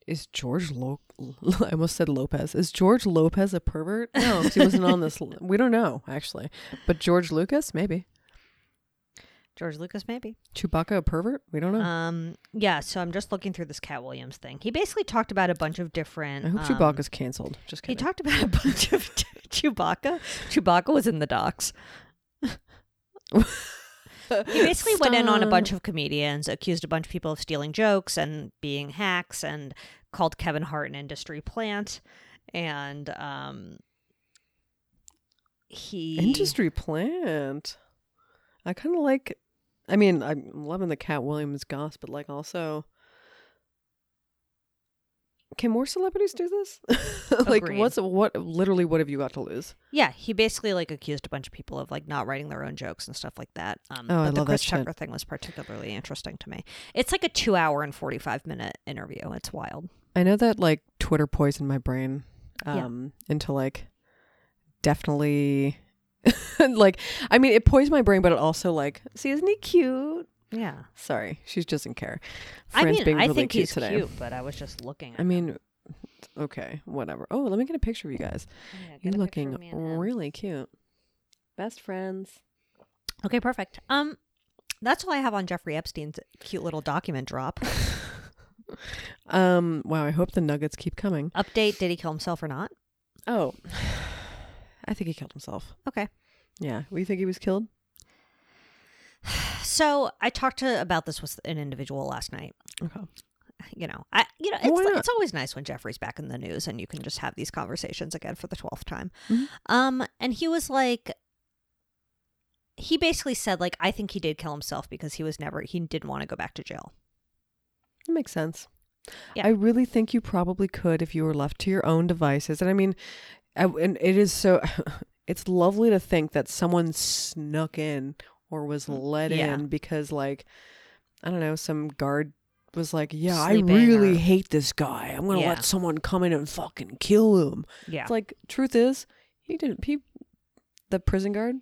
is george Lo- <laughs> i almost said lopez is george lopez a pervert no 'cause he wasn't on this li- we don't know actually but george lucas maybe George Lucas maybe. chewbacca a pervert we don't know Um yeah, so I'm just looking through this Cat Williams thing. He basically talked about a bunch of different i hope um, chewbacca's canceled just He kidding talked about a bunch of <laughs> Chewbacca. Chewbacca was in the docs. <laughs> He basically went in on a bunch of comedians, accused a bunch of people of stealing jokes and being hacks, and called Kevin Hart an industry plant. And um, he industry plant i kind of like i mean i'm loving the cat williams goss but like also can more celebrities do this <laughs> like Agreed. what's what literally what have you got to lose yeah, he basically like accused a bunch of people of like not writing their own jokes and stuff like that. Um, Oh, I but the love that Chris shit. Tucker thing was particularly interesting to me. It's like a two-hour and forty-five minute interview. It's wild. i know that like twitter poisoned my brain Yeah. um into like definitely <laughs> like i mean it poisoned my brain but it also like see isn't he cute Yeah, sorry she doesn't care I Fran's mean, being I really think cute he's today cute, but I was just looking. At I mean, okay, whatever. Oh, let me get a picture of you guys. him. Oh, Yeah, get a You're picture looking of me and him. really cute. Best friends. Okay, perfect. Um, that's all I have on Jeffrey Epstein's cute little document <laughs> drop. Um. Wow. I hope the nuggets keep coming. Update: Did he kill himself or not? Oh, <sighs> I think he killed himself. Okay. Yeah. We think he was killed. So I talked to about this with an individual last night. Okay. You know, I you know Why it's not? it's always nice when Jeffrey's back in the news and you can just have these conversations again for the twelfth time. Mhm. Um, and he was like. He basically said, like, I think he did kill himself because he was never, he didn't want to go back to jail. That makes sense. Yeah. I really think you probably could if you were left to your own devices. And I mean, I, and it is so. <laughs> It's lovely to think that someone snuck in or was let Mm, yeah. in because, like, I don't know, some guard was like, "Yeah, Sleeping I really or- hate this guy. I'm gonna Yeah. let someone come in and fucking kill him." Yeah. It's like, truth is, he didn't. He, the prison guard,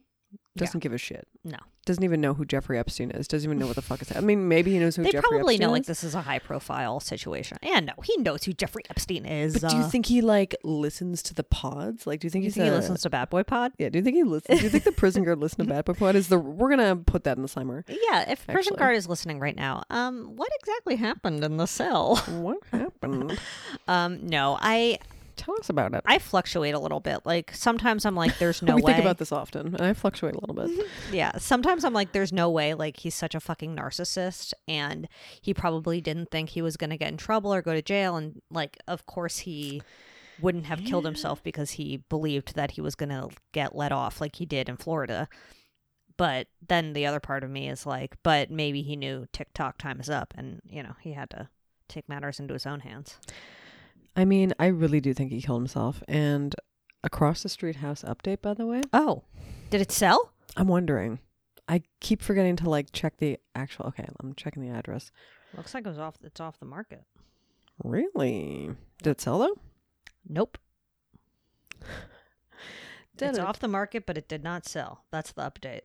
doesn't give a shit. No. Doesn't even know who Jeffrey Epstein is. Doesn't even know what the fuck is. I mean, maybe he knows who they Jeffrey probably Epstein know like is. this is a high profile situation. And no, he knows who Jeffrey Epstein is. But do you uh, think he like listens to the pods? Like, do you think you he's think he a- listens to Bad Boy Pod? Yeah, do you think he listens? Do you think the prison guard listens to Bad Boy Pod? Is the we're gonna put that in the summer? Yeah, if prison Actually. guard is listening right now, um, what exactly happened in the cell? <laughs> What happened? Um, no, I Tell us about it. I fluctuate a little bit. Like sometimes I'm like, there's no <laughs> we way. think about this often, and I fluctuate a little <laughs> bit. Yeah, sometimes I'm like, there's no way. Like he's such a fucking narcissist, and he probably didn't think he was gonna get in trouble or go to jail, and like, of course he wouldn't have killed himself because he believed that he was gonna get let off, like he did in Florida. But then the other part of me is like, but maybe he knew TikTok time is up, and you know he had to take matters into his own hands. I mean, I really do think he killed himself. And across the street house update, by the way, Oh, did it sell? I'm wondering. I keep forgetting to like check the actual. Okay, I'm checking the address. Looks like it was off. It's off the market. Really? Did it sell though? Nope. Did it's it? off the market, but it did not sell. That's the update.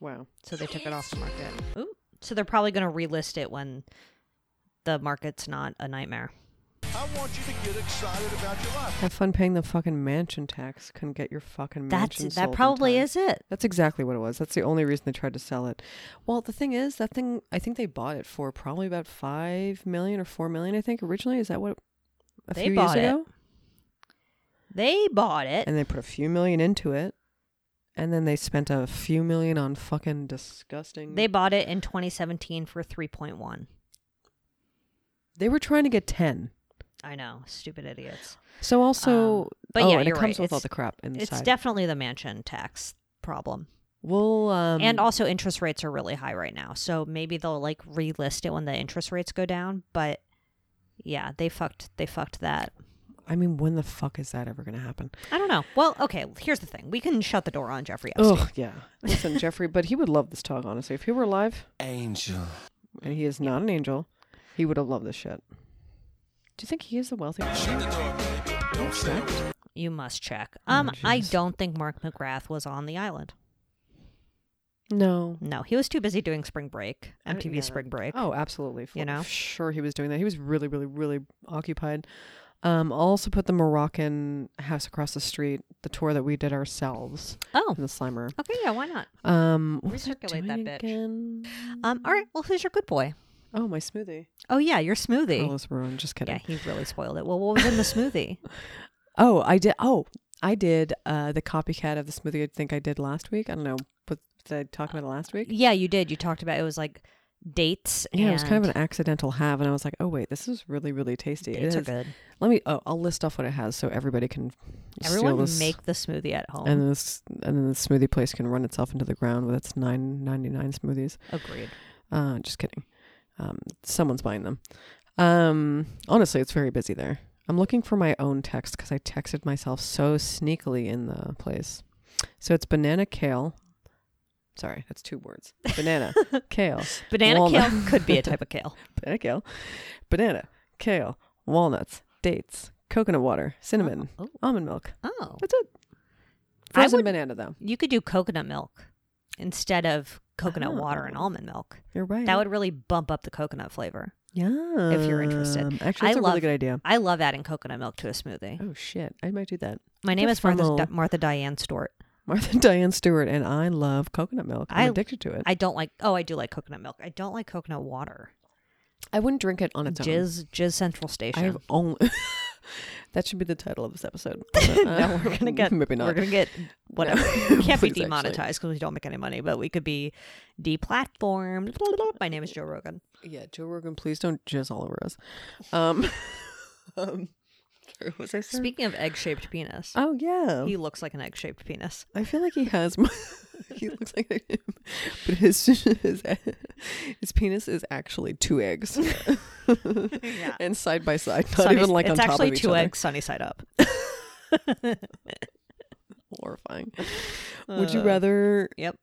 Wow. So they took it off the market. Ooh. So they're probably going to relist it when the market's not a nightmare. I want you to get excited about your life. Have fun paying the fucking mansion tax. Couldn't get your fucking mansion. That's sold that in probably time. is it. That's exactly what it was. That's the only reason they tried to sell it. Well, the thing is, that thing I think they bought it for probably about five million or four million. I think originally is that what a They few bought it. years ago, They bought it. and they put a few million into it, and then they spent a few million on fucking disgusting. They bought it in 2017 for 3.1. they were trying to get ten. I know, stupid idiots. So also, Um, but oh, yeah, and you're it comes right. with all It's- the crap inside. It's definitely the mansion tax problem. We'll um, and also interest rates are really high right now. So maybe they'll like relist it when the interest rates go down, but yeah, they fucked they fucked that. I mean, when the fuck is that ever going to happen? I don't know. Well, okay, here's the thing. We can shut the door on Jeffrey Epstein. Oh yeah. Listen, Jeffrey, but he would love this talk honestly. If he were alive, Angel. and he is not an angel, he would have loved this shit. Do you think he is a wealthy? You must check. Oh, Um I jeez. don't think Mark McGrath was on the island. No. No, he was too busy doing Spring Break, I- MTV yeah. Spring Break. Oh, absolutely. You know? sure he was doing that. He was really, really, really occupied. Um, I'll also put the Moroccan house across the street, the tour that we did ourselves, Oh. the Slimer. Okay, yeah, why not? Um, what was I Recirculate that doing bitch. again? Um all right, well, who's your good boy? Oh, my smoothie. Oh yeah, your smoothie. Carlos Ruin. Just kidding. Yeah, he really spoiled it. Well, what was in the <laughs> smoothie? Oh, I did. Oh, I did uh, the copycat of the smoothie. I think I did last week. I don't know. What did I talk about it last week? yeah, you did. You talked about it was like dates. Yeah, it was kind of and an accidental have, and I was like, oh wait, this is really really tasty. It dates are has, good. let me. Oh, I'll list off what it has so everybody can steal Everyone this, make the smoothie at home. and then this and then the smoothie place can run itself into the ground with its nine ninety nine smoothies. <laughs> Agreed. Uh, just kidding. Um, someone's buying them. Um, honestly, it's very busy there. I'm looking for my own text because I texted myself so sneakily in the place. So it's banana kale. Sorry, that's two words. <laughs> Banana kale, Banana Walnut. kale could <laughs> be a type of kale. banana kale, banana kale, walnuts, dates, coconut water, cinnamon, Oh. almond milk. Oh, That's it. I Frozen would- banana though. you could do coconut milk instead of coconut water and Oh. almond milk. You're right. That would really bump up the coconut flavor. yeah. if you're interested. actually, I that's a love- really good idea. I love adding coconut milk to a smoothie. Oh shit, I might do that. My name Good is Martha, funnel. Di- Martha Diane Stewart. Martha <laughs> Diane Stewart and I love coconut milk. I'm I- addicted to it. I, I don't like. Oh, I do like coconut milk. I don't like coconut water. wouldn't drink it on its own. Jizz, Jizz Central Station. I've only <laughs> that should be the title of <laughs> this episode. But, uh, no, <laughs> we're gonna get. maybe not. We're gonna get whatever. No. We <laughs> can't be Please, actually. demonetized because we don't make any money, but we could be deplatformed. <laughs> My name is Joe Rogan. Yeah, Joe Rogan, please don't jizz all over us. Um, <laughs> um where was I starting? Speaking of egg-shaped penis, Oh yeah, he looks like an egg-shaped <laughs> penis. I feel like he has. m- <laughs> he looks like him, but his <laughs> his his penis is actually <laughs> two eggs. <laughs> Yeah. and side by side, not Sunny- even like it's on top actually of each two other. eggs sunny side up. Horrifying. <laughs> <laughs> Would you rather Yep.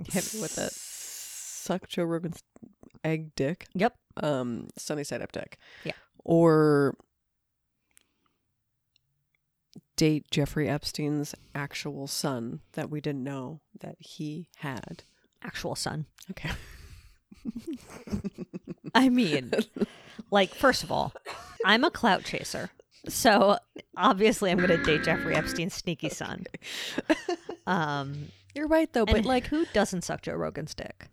Uh, Hit me with <laughs> it. Suck Joe Rogan's egg dick, Yep. um, sunny side up dick. Yeah. Or date Jeffrey Epstein's actual son that we didn't know that he had. Actual son. Okay. I mean, like, first of all, I'm a clout chaser. So obviously I'm gonna date Jeffrey Epstein's sneaky son. Um You're right though, and <laughs> <laughs> but like who doesn't suck Joe Rogan's dick?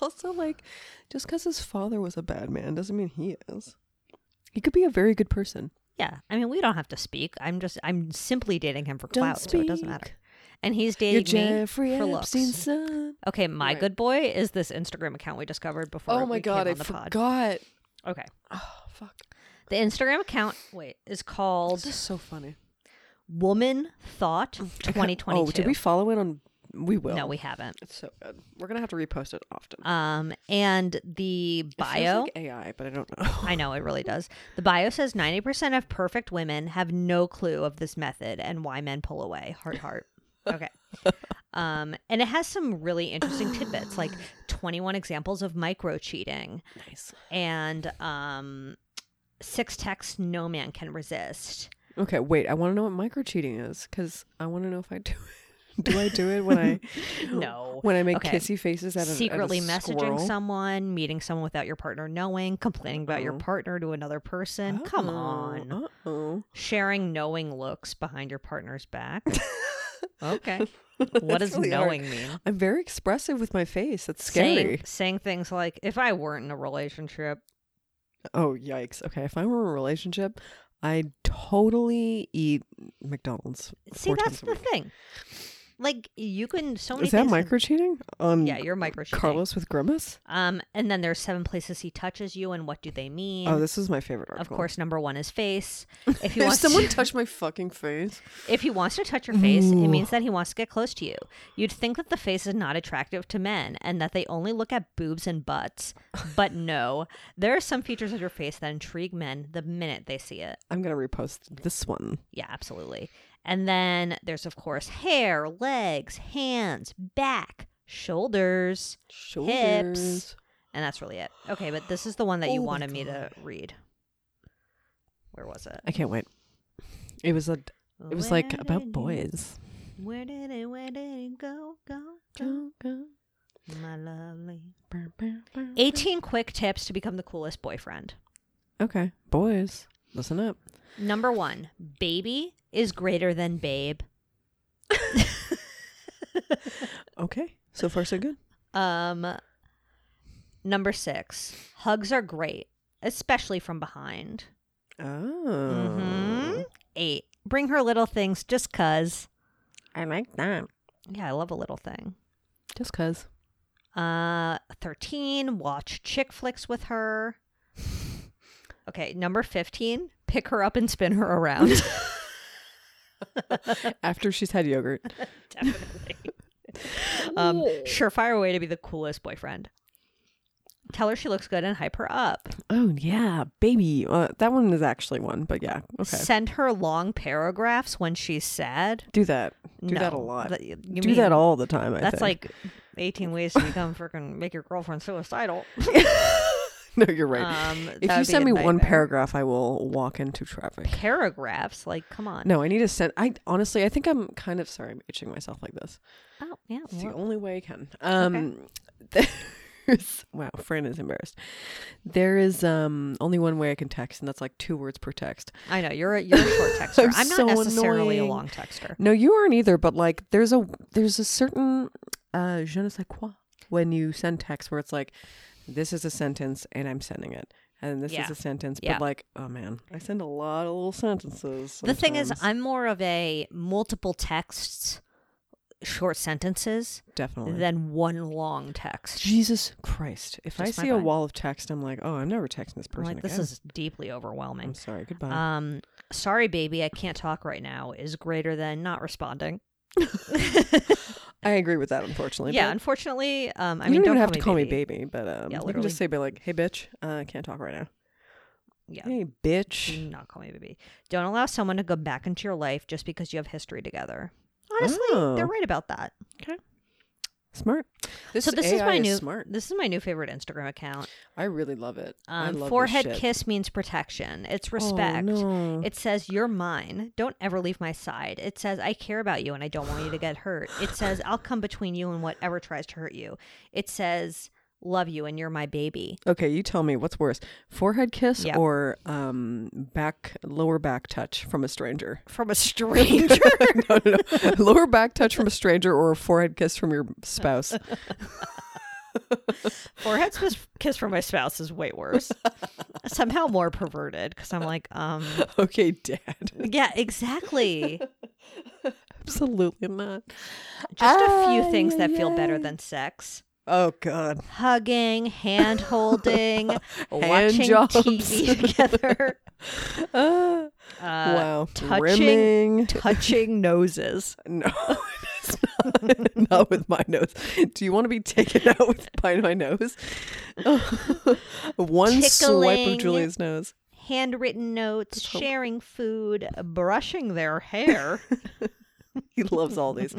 also like just because his father was a bad man doesn't mean he is. He could be a very good person. Yeah, I mean, we don't have to speak. I'm just, I'm simply dating him for Don't clout, so it doesn't matter. speak. And he's You're dating me Jeffrey for looks. Epstein's son. Okay, my Right. good boy is this Instagram account we discovered before. Oh we my came god, on I the pod. forgot. Okay, Oh fuck. the Instagram account wait is called This is so funny. Woman Thought 2022. <laughs> Oh, did we oh. follow it on? We will. No, we haven't. It's so good. We're gonna have to repost it often. Um, and the It feels bio. like AI, but I don't know. <laughs> I know it really does. The bio says 90% of perfect women have no clue of this method and why men pull away. Heart, <laughs> heart. Okay. Um, and it has some really interesting tidbits like 21 examples of micro cheating Nice. <laughs> and um, six texts no man can resist. Okay, wait. I want to know what micro cheating is because I want to know if I do. it. <laughs> Do I do it when I <laughs> No. when I make Okay. kissy faces at a, at a Secretly messaging squirrel? someone, meeting someone without your partner knowing, complaining about your Oh. partner to another person. Come Uh-oh, on. Oh, uh-oh. Sharing knowing looks behind your partner's <laughs> back. okay. What <laughs> That's does really hard. knowing mean? I'm very expressive with my face. That's scary. Saying, saying things like, if I weren't in a relationship, Oh yikes! Okay, if I were in a relationship, I'd totally eat McDonald's. see, four that's times a the week. thing. Like, you can, so many Is that things can- micro cheating? Um, Yeah, you're micro Carlos with grimace. Um, and then there's seven places he touches you and what do they mean? Oh, this is my favorite of article. course, number one is <laughs> face. If he if wants someone to, touched my fucking face, if he wants to touch your face, it means that he wants to get close to you. You'd think that the face is not attractive to men and that they only look at boobs and butts, <laughs> but no, there are some features of your face that intrigue men the minute they see it. I'm gonna repost this one. Yeah, absolutely. And then there's of course hair, legs, hands, back, shoulders, hips, Shoulders. and that's really it. Okay, but this is the one that you Oh my wanted me to read. Where was it? I can't wait. It was a. It was like Where did about it- boys. Where did it? Where did it go? Go go, my lovely. Eighteen quick tips to become the coolest boyfriend. Okay, boys, listen up. Number one, baby is greater than babe. Okay, so far <laughs> so good. Um, number six, hugs are great, especially from behind. Oh, Mm-hmm. Mhm. Eight, bring her little things just cause. I like that. Yeah, I love a little thing. Just cause. Uh, 13, watch chick flicks with her. Okay, number 15, pick her up and spin her around. After she's had <laughs> yogurt. Definitely. Um, surefire way to be the coolest boyfriend. Tell her she looks good and hype her up. Oh yeah, baby. Uh, that one is actually one, but yeah. Okay. Send her long paragraphs when she's sad. do that. Do that a No, lot. that- you do mean- that all the time. I That's think. like 18 ways to become <laughs> freaking make your girlfriend suicidal. <laughs> no, you're <laughs> right. Um, that would if be you send a me one nightmare. paragraph, I will walk into traffic. paragraphs, like come on. No, I need to send. I honestly, I think I'm kind of sorry. I'm itching myself like this. Oh, yeah. It's the well, only way I can. Um, <laughs> there's, wow, Fran is embarrassed. There is um only one way I can text, and that's like two words per text. I know you're a, you're a short texter. I'm, <laughs> I'm not so necessarily annoying. a long texter. No, you aren't either. But like, there's a there's a certain uh, je ne sais quoi when you send text where it's like, this is a sentence and I'm sending it, and this Yeah. is a sentence. Yeah. But like, oh man, I send a lot of little sentences. The thing is, sometimes. I'm more of a multiple texts, short sentences definitely. than one long text. Jesus Christ! If I Just my see a vibe. wall of text, I'm like, oh, I'm never texting this I'm person. like, this again. is deeply overwhelming. I'm sorry. Goodbye. Um, sorry, baby, I can't talk right now is greater than not responding. I agree with that, unfortunately. yeah, but unfortunately, um, I you mean, don't, don't, even have to call me me baby, but um, Yeah, you can literally. just say, "Be like, hey, bitch, uh, can't talk right now." Yeah, Mm. Hey, do bitch. not call me baby. Don't allow someone to go back into your life just because you have history together. Honestly, they're Oh. right about that. Smart. This so this AI is my new smart. this is my new favorite Instagram account. I really love it. I Um, love forehead this shit. Oh, kiss means protection. It's respect. no. It says you're mine. Don't ever leave my side. It says I care about you and I don't want you to get hurt. It says I'll come between you and whatever tries to hurt you. It says love you and you're my baby. Okay, you tell me what's worse, forehead kiss Yeah. or um back lower back touch from <laughs> a stranger? From a <laughs> stranger. no, no, no. lower back touch from a stranger or a forehead kiss from your <laughs> spouse? <laughs> <laughs> Forehead kiss, kiss from my spouse is way worse. Somehow more perverted because I'm like, um, Okay, dad. yeah, exactly. Absolutely not. Just a few Ay, things that ay, feel better ay. than sex. Oh god. hugging, hand <laughs> holding, watching jobs. TV <laughs> together, Ah. uh, wow. touching, Rimming. <laughs> touching noses. No, <laughs> it's not, <laughs> not with my nose. Do you want to be taken out with by my nose? <laughs> One swipe Tickling. of Julia's nose. Handwritten notes, sharing food, brushing their <laughs> hair. He loves all these.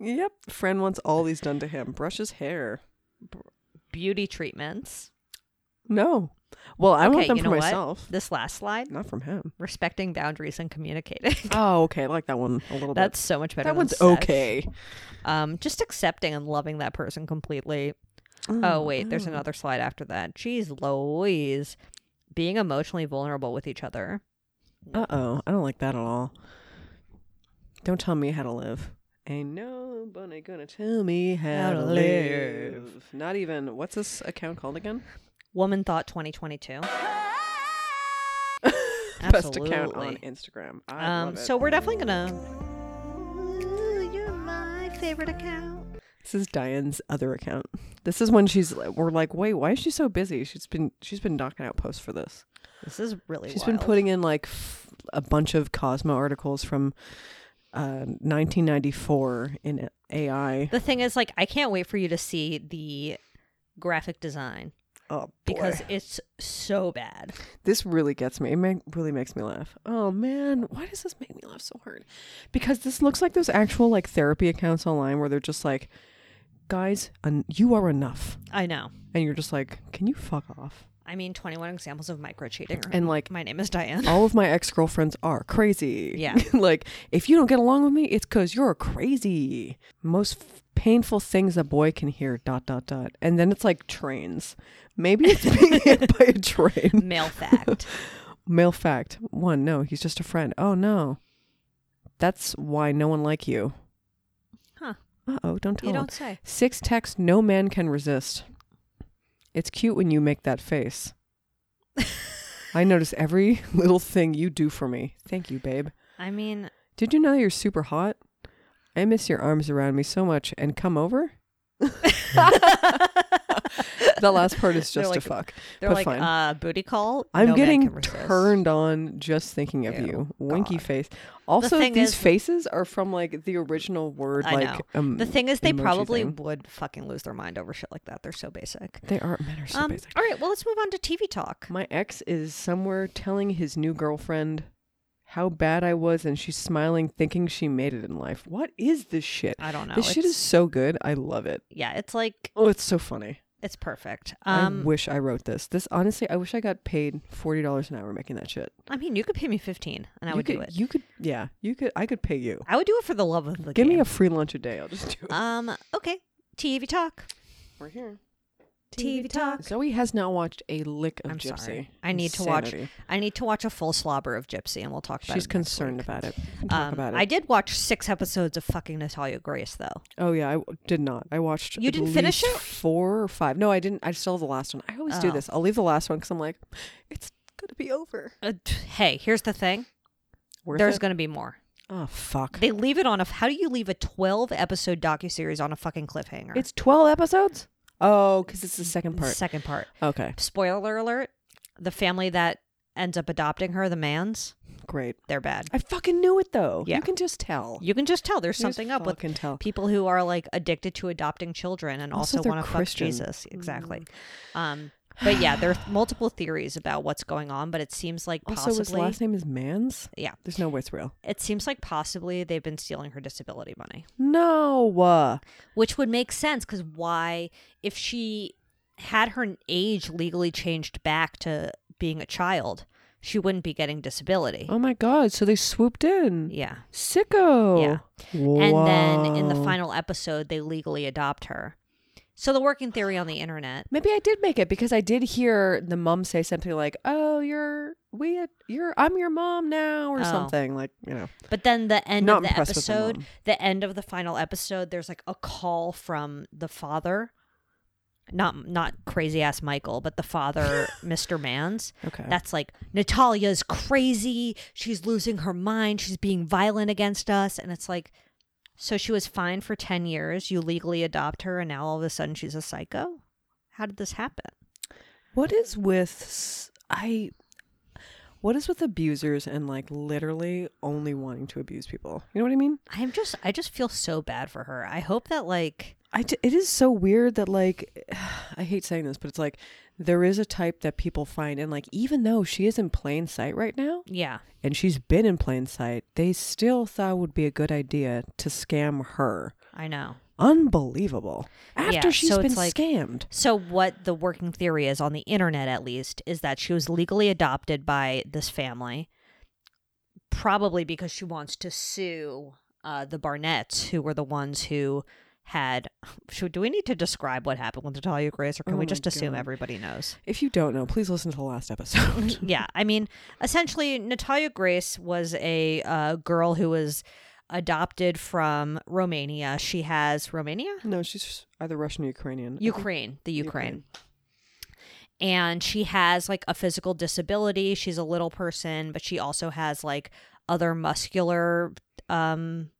yep. Fran wants all these done to him. Brush his hair. beauty treatments. No. Well, I want okay, them you for know what? myself, This last slide, not from him. respecting boundaries and communicating. <laughs> Oh, okay. I like that one a little That's so much bit. better. That than one's sex. okay. Um, just accepting and loving that person completely. Oh wait, there's another slide after that. Jeez, Louise, being emotionally vulnerable with each other. Uh oh. I don't like that at all. Don't tell me how to live. Ain't nobody gonna tell me how, to live. Not even. What's this account called again? Woman Thought 2022. <laughs> Best account on Absolutely. Instagram. I Um, love it. so we're definitely gonna. Ooh, you're my favorite account. This is Diane's other account. This is when she's we're like, wait, why is she so busy? She's been she's been knocking out posts for this. This is really. She's been wild. putting in like f- a bunch of Cosmo articles from uh, 1994 in AI. The thing is, like, I can't wait for you to see the graphic design Oh, because boy. it's so bad. this really gets me. It ma- really makes me laugh. Oh man, why does this make me laugh so hard? Because this looks like those actual like therapy accounts online where they're just like, guys, en- you are enough, I know. and you're just like, can you fuck off? I mean, 21 examples of micro cheating. And like, my <laughs> name is <laughs> Diane. all of my ex girlfriends are crazy. Yeah. <laughs> like, if you don't get along with me, it's because you're crazy. Most f- painful things a boy can hear, dot, dot, dot. And then it's like trains. Maybe it's being <laughs> hit by a train. Male fact. Male fact one, no, he's just a friend. Oh, no. That's why no one like you. Huh. Uh oh, don't tell You him. don't say. Six texts no man can resist. It's cute when you make <laughs> that face. I notice every little thing you do for me. Thank you, babe. I <laughs> mean, Did you know you're super hot? I miss your arms around me so much. And come over? <laughs> The last part is They're just like- a fuck. They're but like fine. uh, booty call. I'm no man can getting resist. turned on just thinking of Ew, you. Winky God. face. Also, thing these is- faces are from like the original word. I like know. Um, the thing is, they emoji probably thing. would fucking lose their mind over shit like that. They're so basic. they are men are so um, basic. All right, well, let's move on to TV talk. My ex is somewhere telling his new girlfriend how bad I was, and she's smiling, thinking she made it in life. What is this shit? I don't know. This shit It's- is so good. I love it. Yeah, it's like Oh, it's so funny. it's perfect. Um, I wish I wrote this. This honestly, I wish I got paid forty dollars an hour making that shit. I mean, you could pay me fifteen, and I you would could, do it. You could, yeah, you could. I could pay you. I would do it for the love of the Give game. me a free lunch a day. I'll just do it. um. Okay, TV talk. We're here. TV talk. Zoe has not watched a lick of I'm Gypsy. sorry. I need to watch. Insanity. I need to watch a full slobber of Gypsy, and we'll talk about it. She's next concerned week. about it. We can talk Um, about it. I did watch six episodes of fucking Natalia Grace, though. Oh yeah, I w- did not. I watched. You at didn't finish least it? Four or five? No, I didn't. I still have the last one. I always do Oh. this. I'll leave the last one because I'm like, it's gonna be over. Uh, t- hey, here's the thing. Worth There's it? going to be more. oh fuck. They leave it on a. How do you leave a 12 episode docuseries on a fucking cliffhanger? It's twelve episodes. Oh, because it's the second The part. second part. okay, Spoiler alert: the family that ends up adopting her, the man's, great. they're bad. I fucking knew it though. Yeah. You can just tell. You can just tell there's You just something up with fucking tell. people who are like addicted to adopting children and Also, also, they're want to fuck Christian. Mm. Jesus. Exactly. Um, but yeah, there are multiple theories about what's going on, but it seems like also, possibly his last name is Mans. yeah, There's no way it's real. it seems like possibly they've been stealing her disability money, No. Uh, which would make sense because why, if she had her age legally changed back to being a child, she wouldn't be getting disability. oh my god. So they swooped in. Yeah. Sicko. Yeah. And then in the Wow. final episode, they legally adopt her. So the working theory on the internet. Maybe I did make it because I did hear the mom say something like, "Oh, you're we at- you're I'm your mom now" or Oh. something like you know. But then the end Not of the impressed with the episode, mom. the end of the final episode, there's like a call from the father. Not not crazy ass Michael, but the <laughs> father, Mr. Mans. Okay. That's like Natalia's crazy. She's losing her mind. She's being violent against us. And it's like, so she was fine for 10 years. You legally adopt her, and now all of a sudden she's a psycho? How did this happen? What is with s- I? What is with abusers and like literally only wanting to abuse people? You know what I mean? I'm just, I just feel so bad for her. I hope that, like, I t- it is so weird that like <sighs> I hate saying this, but it's like there is a type that people find, and like even though she is in plain sight right now, yeah, and she's been in plain sight, they still thought it would be a good idea to scam her. I know. Unbelievable. After Yeah, she's so it's been like- scammed. So, what the working theory is on the internet, at least, is that she was legally adopted by this family, probably because she wants to sue uh, the Barnetts, who were the ones who had. <sighs> Should, do we need to describe what happened with Natalia Grace, or can Oh we my just assume God. everybody knows? <laughs> If you don't know, please listen to the <laughs> last episode. yeah, I mean, essentially, Natalia Grace was a uh, girl who was adopted from Romania. She has Romania, no, she's either Russian or Ukrainian. Ukraine, <laughs> the Ukraine. And she has like a physical disability. She's a little person, but she also has like other muscular um,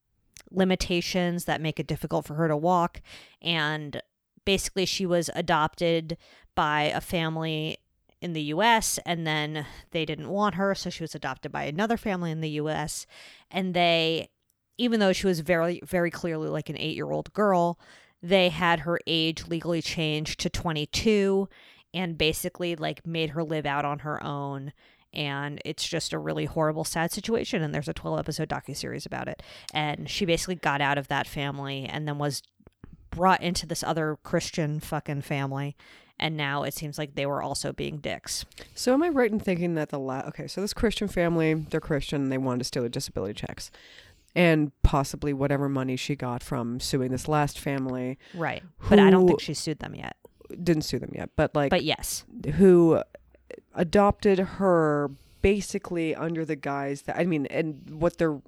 limitations that make it difficult for her to walk. And basically, she was adopted by a family in the US, and then they didn't want her. So she was adopted by another family in the US. And they, even though she was very, very clearly like an eight year old girl, they had her age legally changed to 22 and basically like made her live out on her own and it's just a really horrible sad situation and there's a 12 episode docuseries about it and she basically got out of that family and then was brought into this other christian fucking family and now it seems like they were also being dicks So am I right in thinking that the la- okay, so this Christian family, they're Christian, they wanted to steal her disability checks. And possibly whatever money she got from suing this last family right but i don't Who- think she sued them yet didn't sue them yet, but like but yes who adopted her basically under the guise that I mean, and what they're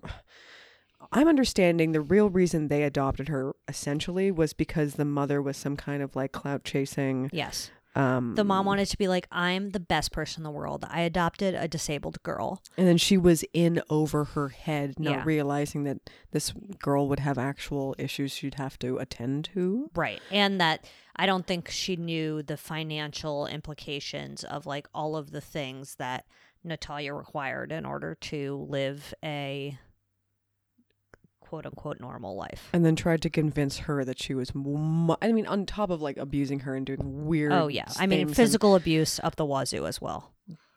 I'm understanding the real reason they adopted her essentially was because the mother was some kind of like clout chasing. yes Um, the mom wanted to be like i'm the best person in the world i adopted a disabled girl and then she was in over her head, not Yeah. realizing that this girl would have actual issues she'd have to attend to. Right. And that I don't think she knew the financial implications of like all of the things that Natalia required in order to live a quote unquote normal life. And then tried to convince her that she was, mu- I mean, on top of like abusing her and doing weird. Oh, yeah. I mean, things and physical abuse up the wazoo as well.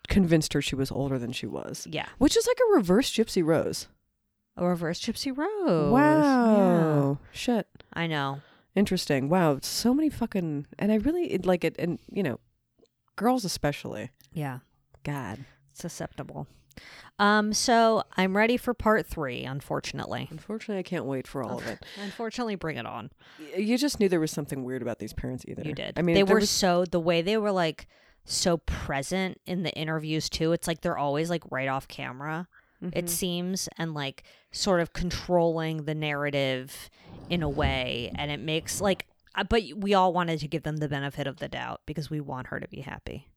convinced her she was older than she was. Yeah. Which is like a reverse Gypsy Rose. A reverse Gypsy Rose. Wow. Shit. Yeah. I know. Interesting. Wow. So many fucking. And I really it, like it. And, you know, girls especially. Yeah. God. Susceptible. Um, so I'm ready for part three, unfortunately. Unfortunately, I can't wait for all of it. Unfortunately, bring it on. Y- You just knew there was something weird about these parents either. You did. I mean, they if there were was- so the way they were like so present in the interviews too. It's like they're always like right off camera. Mm-hmm. It seems and like sort of controlling the narrative in a way, and it makes like. uh, But we all wanted to give them the benefit of the doubt because we want her to be happy.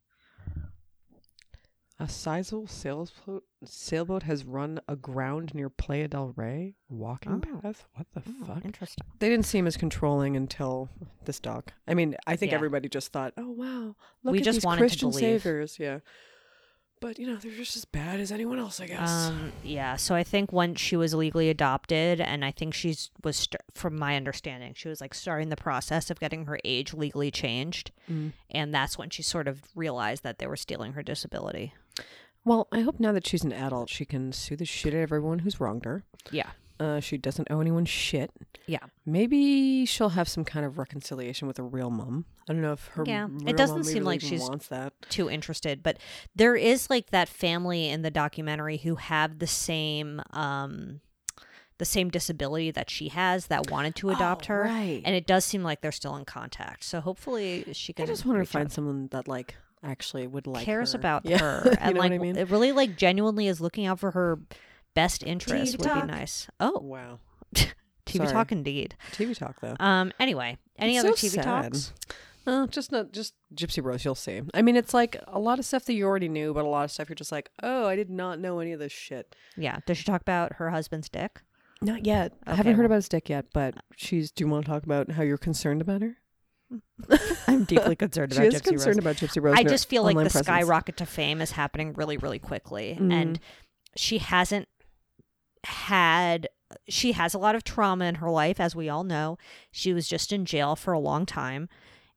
A sizable sailboat, sailboat has run aground near Playa del Rey walking path. What the fuck? Interesting. Oh. They didn't seem as controlling until this doc. I mean, I think Yeah. everybody just thought, "Oh wow, look We at just these wanted to Christian believe. saviors." Yeah, but you know, they're just as bad as anyone else, I guess. Um, yeah. So I think once she was legally adopted, and I think she's was st- from my understanding, she was like starting the process of getting her age legally changed, Mm. and that's when she sort of realized that they were stealing her disability. well, I hope now that she's an adult, she can sue the shit out of everyone who's wronged her. Yeah. Uh, she doesn't owe anyone shit. Yeah. Maybe she'll have some kind of reconciliation with a real mom. I don't know if her. Yeah. It real doesn't mom seem really like even she's- wants that. Too interested, but there is like that family in the documentary who have the same um the same disability that she has that wanted to adopt Oh, her, right. and it does seem like they're still in contact. So hopefully she I can. just want to reach out. find someone that like actually would like cares her. about Yeah. her <laughs> you and know like what I mean? it really like genuinely is looking out for her best interest would be talk. nice. Oh, <laughs> wow. Uh, TV Sorry. talk indeed. TV talk though. Um. Anyway, any It's other so TV sad. talks? Uh, just not just Gypsy Rose. You'll see. I mean, it's like a lot of stuff that you already knew, but a lot of stuff you're just like, oh, I did not know any of this shit. Yeah. Does she talk about her husband's dick? Not yet. I Okay, haven't heard well- about his dick yet, but she's. Do you want to talk about how you're concerned about her? I'm deeply concerned <laughs> She is concerned about Gypsy Rose. I and her just feel like the online presence. Mm-hmm. skyrocket to fame is happening really, really quickly, and she hasn't had. She has a lot of trauma in her life, as we all know. She was just in jail for a long time,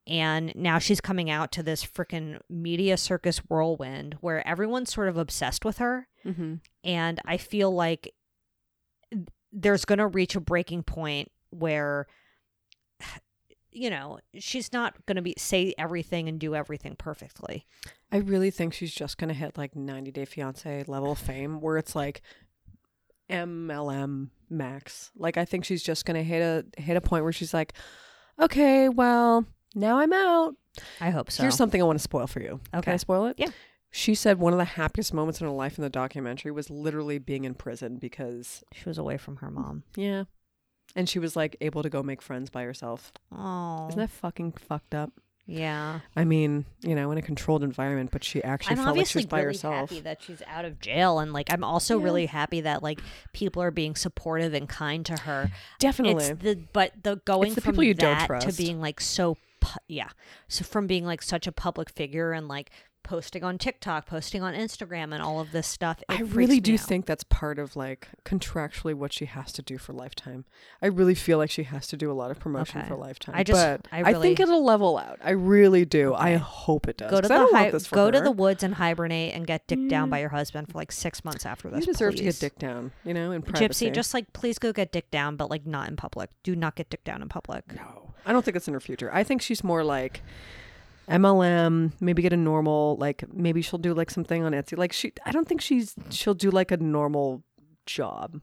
and now she's coming out to this freaking media circus whirlwind where everyone's sort of obsessed with her, Mm-hmm. and I feel like there's going to reach a breaking point where <sighs> you know, she's not going to be say everything and do everything perfectly. I really think she's just gonna hit like 90 Day Fiance level fame, where it's like MLM max. Like I think she's just gonna hit a hit a point where she's like, okay, well now I'm out. I hope so. Here's something I want to spoil for you. Can I Okay. spoil it? Yeah. She said one of the happiest moments in her life in the documentary was literally being in prison because she was away from her mom. yeah, and she was like able to go make friends by herself. Oh, Isn't that fucking fucked up? yeah. I mean, you know, in a controlled environment, but she actually I'm felt like she obviously was by really herself. happy that she's out of jail, and like I'm also Yeah. really happy that like people are being supportive and kind to her. Definitely. It's the but the going the from people you don't that to trust. being like so pu- yeah, so from being like such a public figure and like posting on TikTok, posting on Instagram, and all of this stuff. it I freaks really me do out. think that's part of like contractually what she has to do for lifetime. I really feel like she has to do a lot of promotion Okay. for lifetime. I just- but I think really- it'll level out. I really do. I hope it does. Go to 'cause the I don't want hi- this for go to her. Mm. the woods and hibernate and get dicked down by your husband for like six months after this. You deserve to get please. dick down, you know, in privacy. Gypsy, just like please go get dick down, but like not in public. Do not get dick down in public. no. I don't think it's in her future. I think she's more like MLM, maybe get a normal like maybe she'll do like something on Etsy. Like she I don't think she's she'll do like a normal job.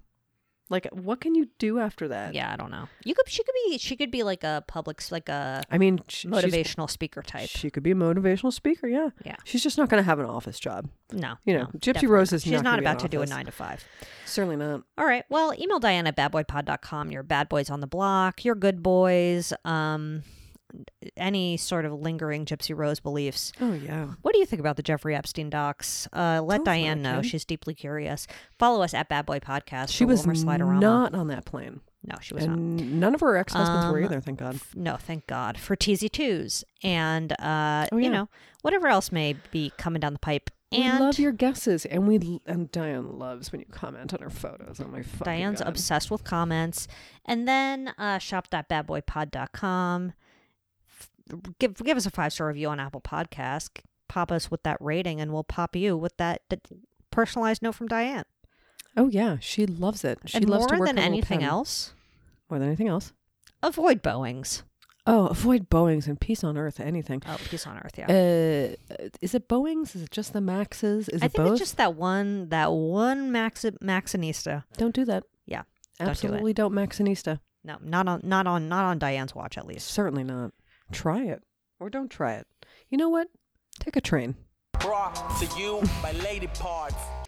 Like what can you do after that? Yeah, I don't know. You could she could be she could be like a public s- like a I mean, sh- she's- motivational speaker type. She could be a motivational speaker, yeah. Yeah. She's just not going to have an office job. no, you know, no, Gypsy definitely Rose not. is she's not not, gonna be about in to do a office. nine to five. Certainly not. All right. Well, email Diane at badboypod.com. Your bad boys on the block, your good boys, um, any sort of lingering Gypsy Rose beliefs. Oh, yeah. What do you think about the Jeffrey Epstein docs? Uh, let Sounds Diane like know. him. She's deeply curious. Follow us at Bad Boy Podcast. She for was Wilmer Sliderama. not on that plane. No, she was not. And none of her ex husbands were Um, either, thank God. F- No, thank God for teasy twos and uh, Oh, yeah. you know whatever else may be coming down the pipe. And we love your guesses. And we l- and Diane loves when you comment on her photos. Oh, my fucking Diane's God. obsessed with comments. And then uh, shop.badboypod.com. F- Give give us a five star review on Apple Podcasts. Pop us with that rating, and we'll pop you with that d- personalized note from Diane. Oh, yeah. She loves it. She and loves more to work than with a little anything pen. else, More than anything else. avoid Boeing's. Oh, avoid Boeings and peace on earth, anything. Oh, peace on earth. Yeah. Uh, is it Boeings? Is it just the Maxes? Is I it think both? it's just that one, that one Max Maxinista. Don't do that. Yeah, don't do it. Absolutely don't, Maxinista. No, not on, not on, not on Diane's watch at least. Certainly not. Try it or don't try it. You know what? Take a train. Brought to you by Lady Parts.